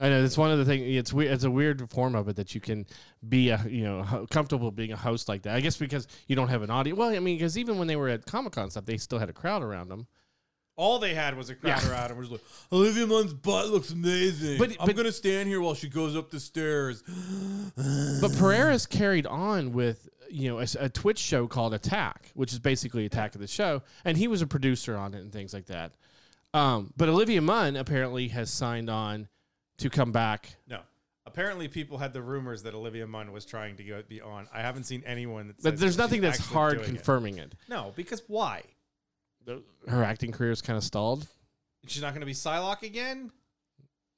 I know that's one of the things. It's weird. It's a weird form of it that you can be a you know ho- comfortable being a host like that. I guess because you don't have an audience. Well, I mean, because even when they were at Comic Con stuff, they still had a crowd around them. All they had was a crowd Yeah. around and we're just like, Olivia Munn's butt looks amazing. But- I'm but- gonna stand here while she goes up the stairs. But Pereira's carried on with you know a, s- a Twitch show called Attack, which is basically Attack of the Show, and he was a producer on it and things like that. Um, but Olivia Munn apparently has signed on to come back. No. Apparently, people had the rumors that Olivia Munn was trying to go, be on. I haven't seen anyone that. Says But there's that she's nothing that's actually hard doing it. confirming it. No, because why? her acting career is kind of stalled. She's not going to be Psylocke again.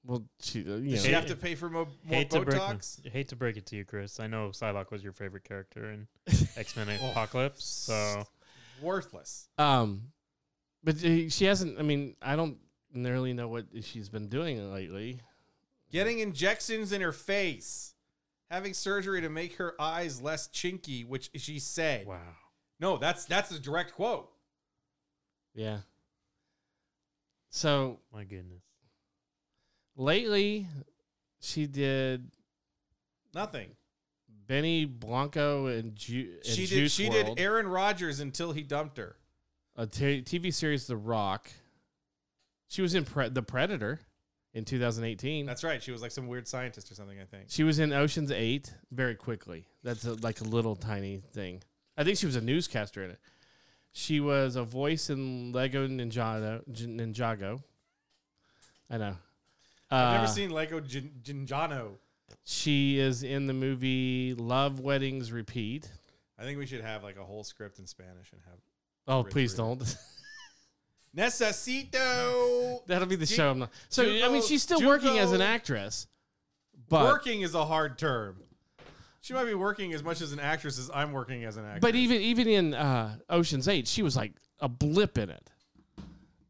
Well, she, uh, you Does know, she Yeah. have to pay for mo- more Hate to, break, Botox? hate to break it to you, Chris. I know Psylocke was your favorite character in Oh. X Men Apocalypse, so Worthless. um, but uh, she hasn't. I mean, I don't nearly know what she's been doing lately. Getting injections in her face, having surgery to make her eyes less chinky, which she said. wow. No, that's that's a direct quote. Yeah. So My goodness. lately, she did Nothing. Benny Blanco and, Ju- and she did. Juice She WRLD, did Aaron Rodgers until he dumped her. a t- TV series The Rock. She was in Pre- The Predator in 2018. That's right. She was like some weird scientist or something. I think. She was in Ocean's Eight very quickly. That's a, like a little tiny thing. I think she was a newscaster in it. She was a voice in Lego Ninjago. Jin- Ninjago. I know. Uh, I've never seen Lego Gin- Ginjano. She is in the movie Love Weddings Repeat. I think we should have like a whole script in Spanish and have Oh, Rich please Reed. don't. necesito. That'll be the Ju- show. I'm not. So I mean, Jugo- she's still working as an Jugo- actress, but working is a hard term. She might be working as much as an actress as I'm working as an actor. but even even in uh, Ocean's Eight, she was like a blip in it.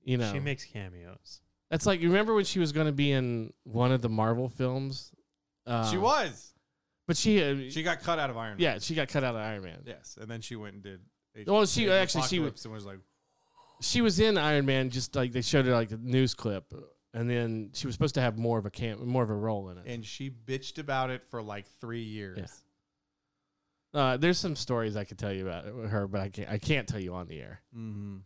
You know, She makes cameos. That's like you remember when she was going to be in one of the Marvel films. Uh, she was. But she, uh, She got cut out of Iron Man. yeah, she got cut out of Iron Man. Yes, and then she went and did. H- Well, she- Age of actually, she Apocalypse and was like, She was in Iron Man, just like they showed her like a news clip, and then she was supposed to have more of a camp, more of a role in it. and she bitched about it for like three years. Yeah. Uh, there's some stories I could tell you about her, but I can't. I can't tell you on the air Mm-hmm.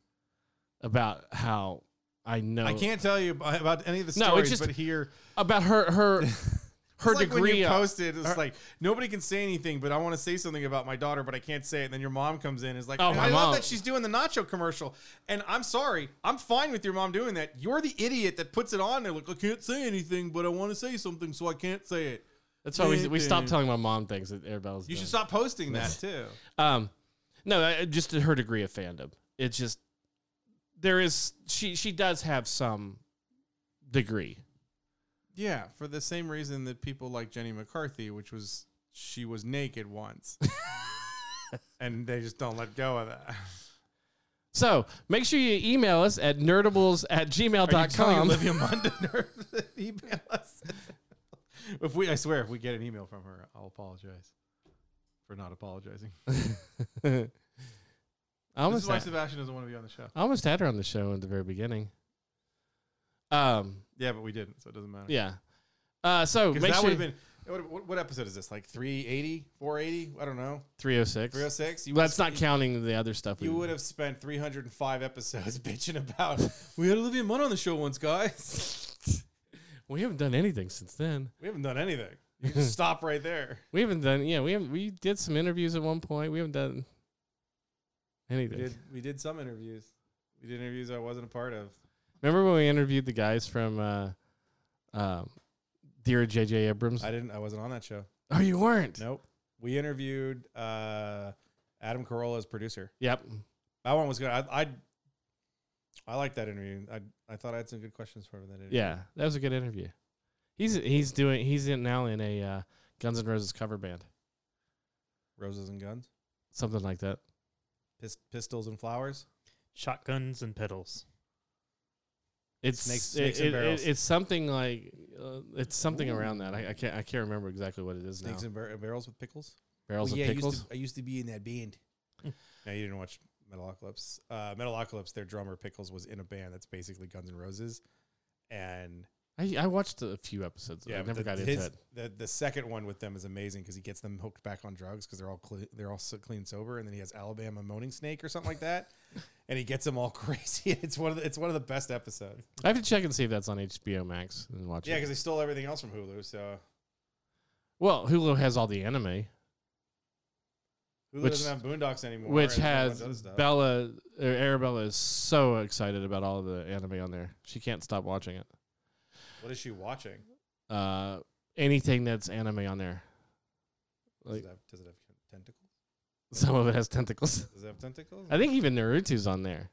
about how I know. I can't tell you ab- about any of the No, it's stories, just- but here, about her her her it's like when degree. you uh, posted, it's her- like nobody can say anything, but I want to say something about my daughter, but I can't say it. And then your mom comes in, and is like, Oh, "Man, my I mom. love that she's doing the nacho commercial, and I'm sorry, I'm fine with your mom doing that. You're the idiot that puts it on there. Like I can't say anything, but I want to say something, so I can't say it. that's why we, we stopped Mm. telling my mom things that Arabelle's. You doing. should stop posting that too. Um, no, I- just her degree of fandom. It's just there is she she does have some degree. Yeah, for the same reason that people like Jenny McCarthy, which was she was naked once, and they just don't let go of that. So make sure you email us at nerdables at Are you telling gmail.com. Olivia Munn to nerf the email us? if we, I swear, if we get an email from her, I'll apologize for not apologizing. I This almost is why had, Sebastian doesn't want to be on the show. I almost had her on the show at the very beginning. Um, Yeah, but we didn't, so it doesn't matter. yeah. Uh, so 'Cause make that sure would have been. that would've- What, what episode is this? Like 380, 480? I don't know. 306. 306? You That's oh not you- counting the other stuff. oh You would have spent 305 episodes bitching about. we had Olivia Munn on the show once, guys. We haven't done anything since then. we haven't done anything. You can stop right there. We haven't done. Yeah, we haven't. We did some interviews at one point. We haven't done We anything. did, we did some interviews. We did interviews I wasn't a part of. Remember when we interviewed the guys from uh, um, Dear J.J. Abrams? I didn't. I wasn't on that show. oh, you weren't. Nope. We interviewed uh, Adam Carolla's producer. Yep. That one was good. I I, I like that interview. I I thought I had some good questions for him in that interview. Yeah, that was a good interview. He's he's doing. He's in now in a uh, Guns N' Roses cover band, Roses and guns, something like that. Pist- pistols and flowers. Shotguns and pedals. It's it- Snakes- snakes and it- it- barrels. it's something like uh, it's something around that. I, I can't I can't remember exactly what it is Snakes now. and bar- barrels with pickles. barrels Well, and pickles. Oh, I used, to, I used to be in that band. now you didn't watch Metalocalypse. Uh, Metalocalypse, their drummer Pickles was in a band that's basically Guns N' Roses, and I, I watched a few episodes. I but never the, got into his- it. The, the second one with them is amazing because he gets them hooked back on drugs because they're all cle they're all so clean sober, and then he has Alabama moaning snake or something like that, and he gets them all crazy. It's one of the, it's one of the best episodes. I have to check and see if that's on HBO Max and watch Yeah, it. because they stole everything else from Hulu. So Well, Hulu has all the anime, Hulu Which- doesn't have Boondocks anymore, which and everyone does has stuff. Bella or Arabella is so excited about all the anime on there. She can't stop watching it. What is she watching? Uh, anything that's anime on there, Does, Like- it have, does it have tentacles? some of it has tentacles. Does it have tentacles? I think even Naruto's on there,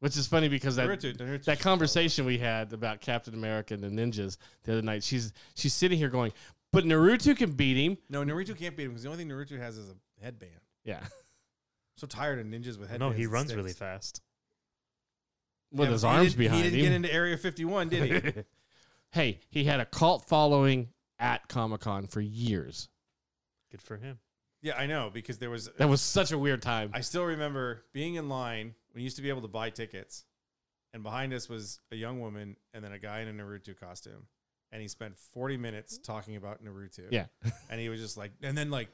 which is funny because that Naruto- Naruto- that conversation we had about Captain America and the ninjas the other night. She's she's sitting here going, "But Naruto can beat him." No, Naruto can't beat him because the only thing Naruto has is a headband. Yeah, so tired of ninjas with headbands. No, he and runs sticks. really fast. with Yeah, his but he arms didn't- behind He didn't him. get into Area 51, did he? hey, he had a cult following at Comic Con for years. Good for him. Yeah, I know because there was. That was such a weird time. I still remember being in line. We used to be able to buy tickets, and behind us was a young woman and then a guy in a Naruto costume, and he spent forty minutes talking about Naruto. yeah. and he was just like, and then like.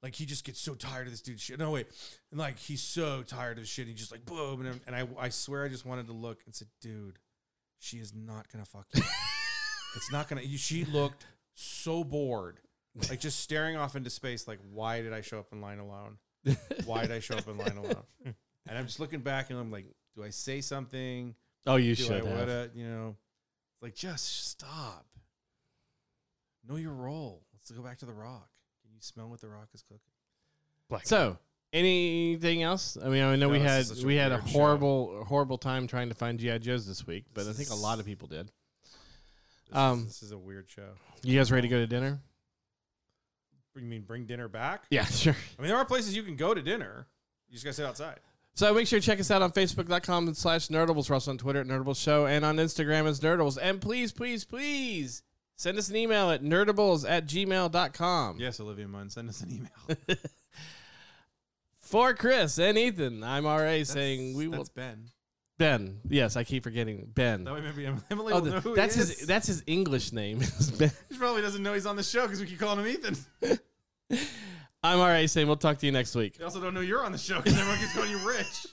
Like he just gets so tired of this dude shit. No wait, and like he's so tired of shit. He just like boom, and, and I, I swear I just wanted to look and said, dude, she is not gonna fuck you. it's not gonna. You, she looked so bored, like just staring off into space. Like why did I show up in line alone? why did I show up in line alone? Hmm. And I'm just looking back and I'm like, do I say something? Oh, you do should I have. woulda, you know, like just stop. Know your role. Let's go back to the rock. Can you smell what the rock is cooking? Black. So, anything else? I mean, I know No, we this had is such a we had a weird show. horrible horrible time trying to find GI Joes this week, but This I think a is- lot of people did. This, Um, is, this is a weird show. You guys ready to go to dinner? You mean bring dinner back? Yeah, sure. I mean, there are places you can go to dinner. You just gotta sit outside. So make sure to check us out on Facebook.com slash Nerdables. We're also on Twitter at Nerdables Show and on Instagram as Nerdables. And please, please, please Send us an email at nerdables at gmail.com. Yes, Olivia Munn, send us an email. For Chris and Ethan, I'm RA saying we will. That's Ben. Ben. Yes, I keep forgetting. Ben. That way maybe Em- Emily Oh, will the- know who that's he is. his. That's his English name. is ben. She probably doesn't know he's on the show because we keep calling him Ethan. I'm RA saying we'll talk to you next week. They also don't know you're on the show because everyone keeps calling you Rich.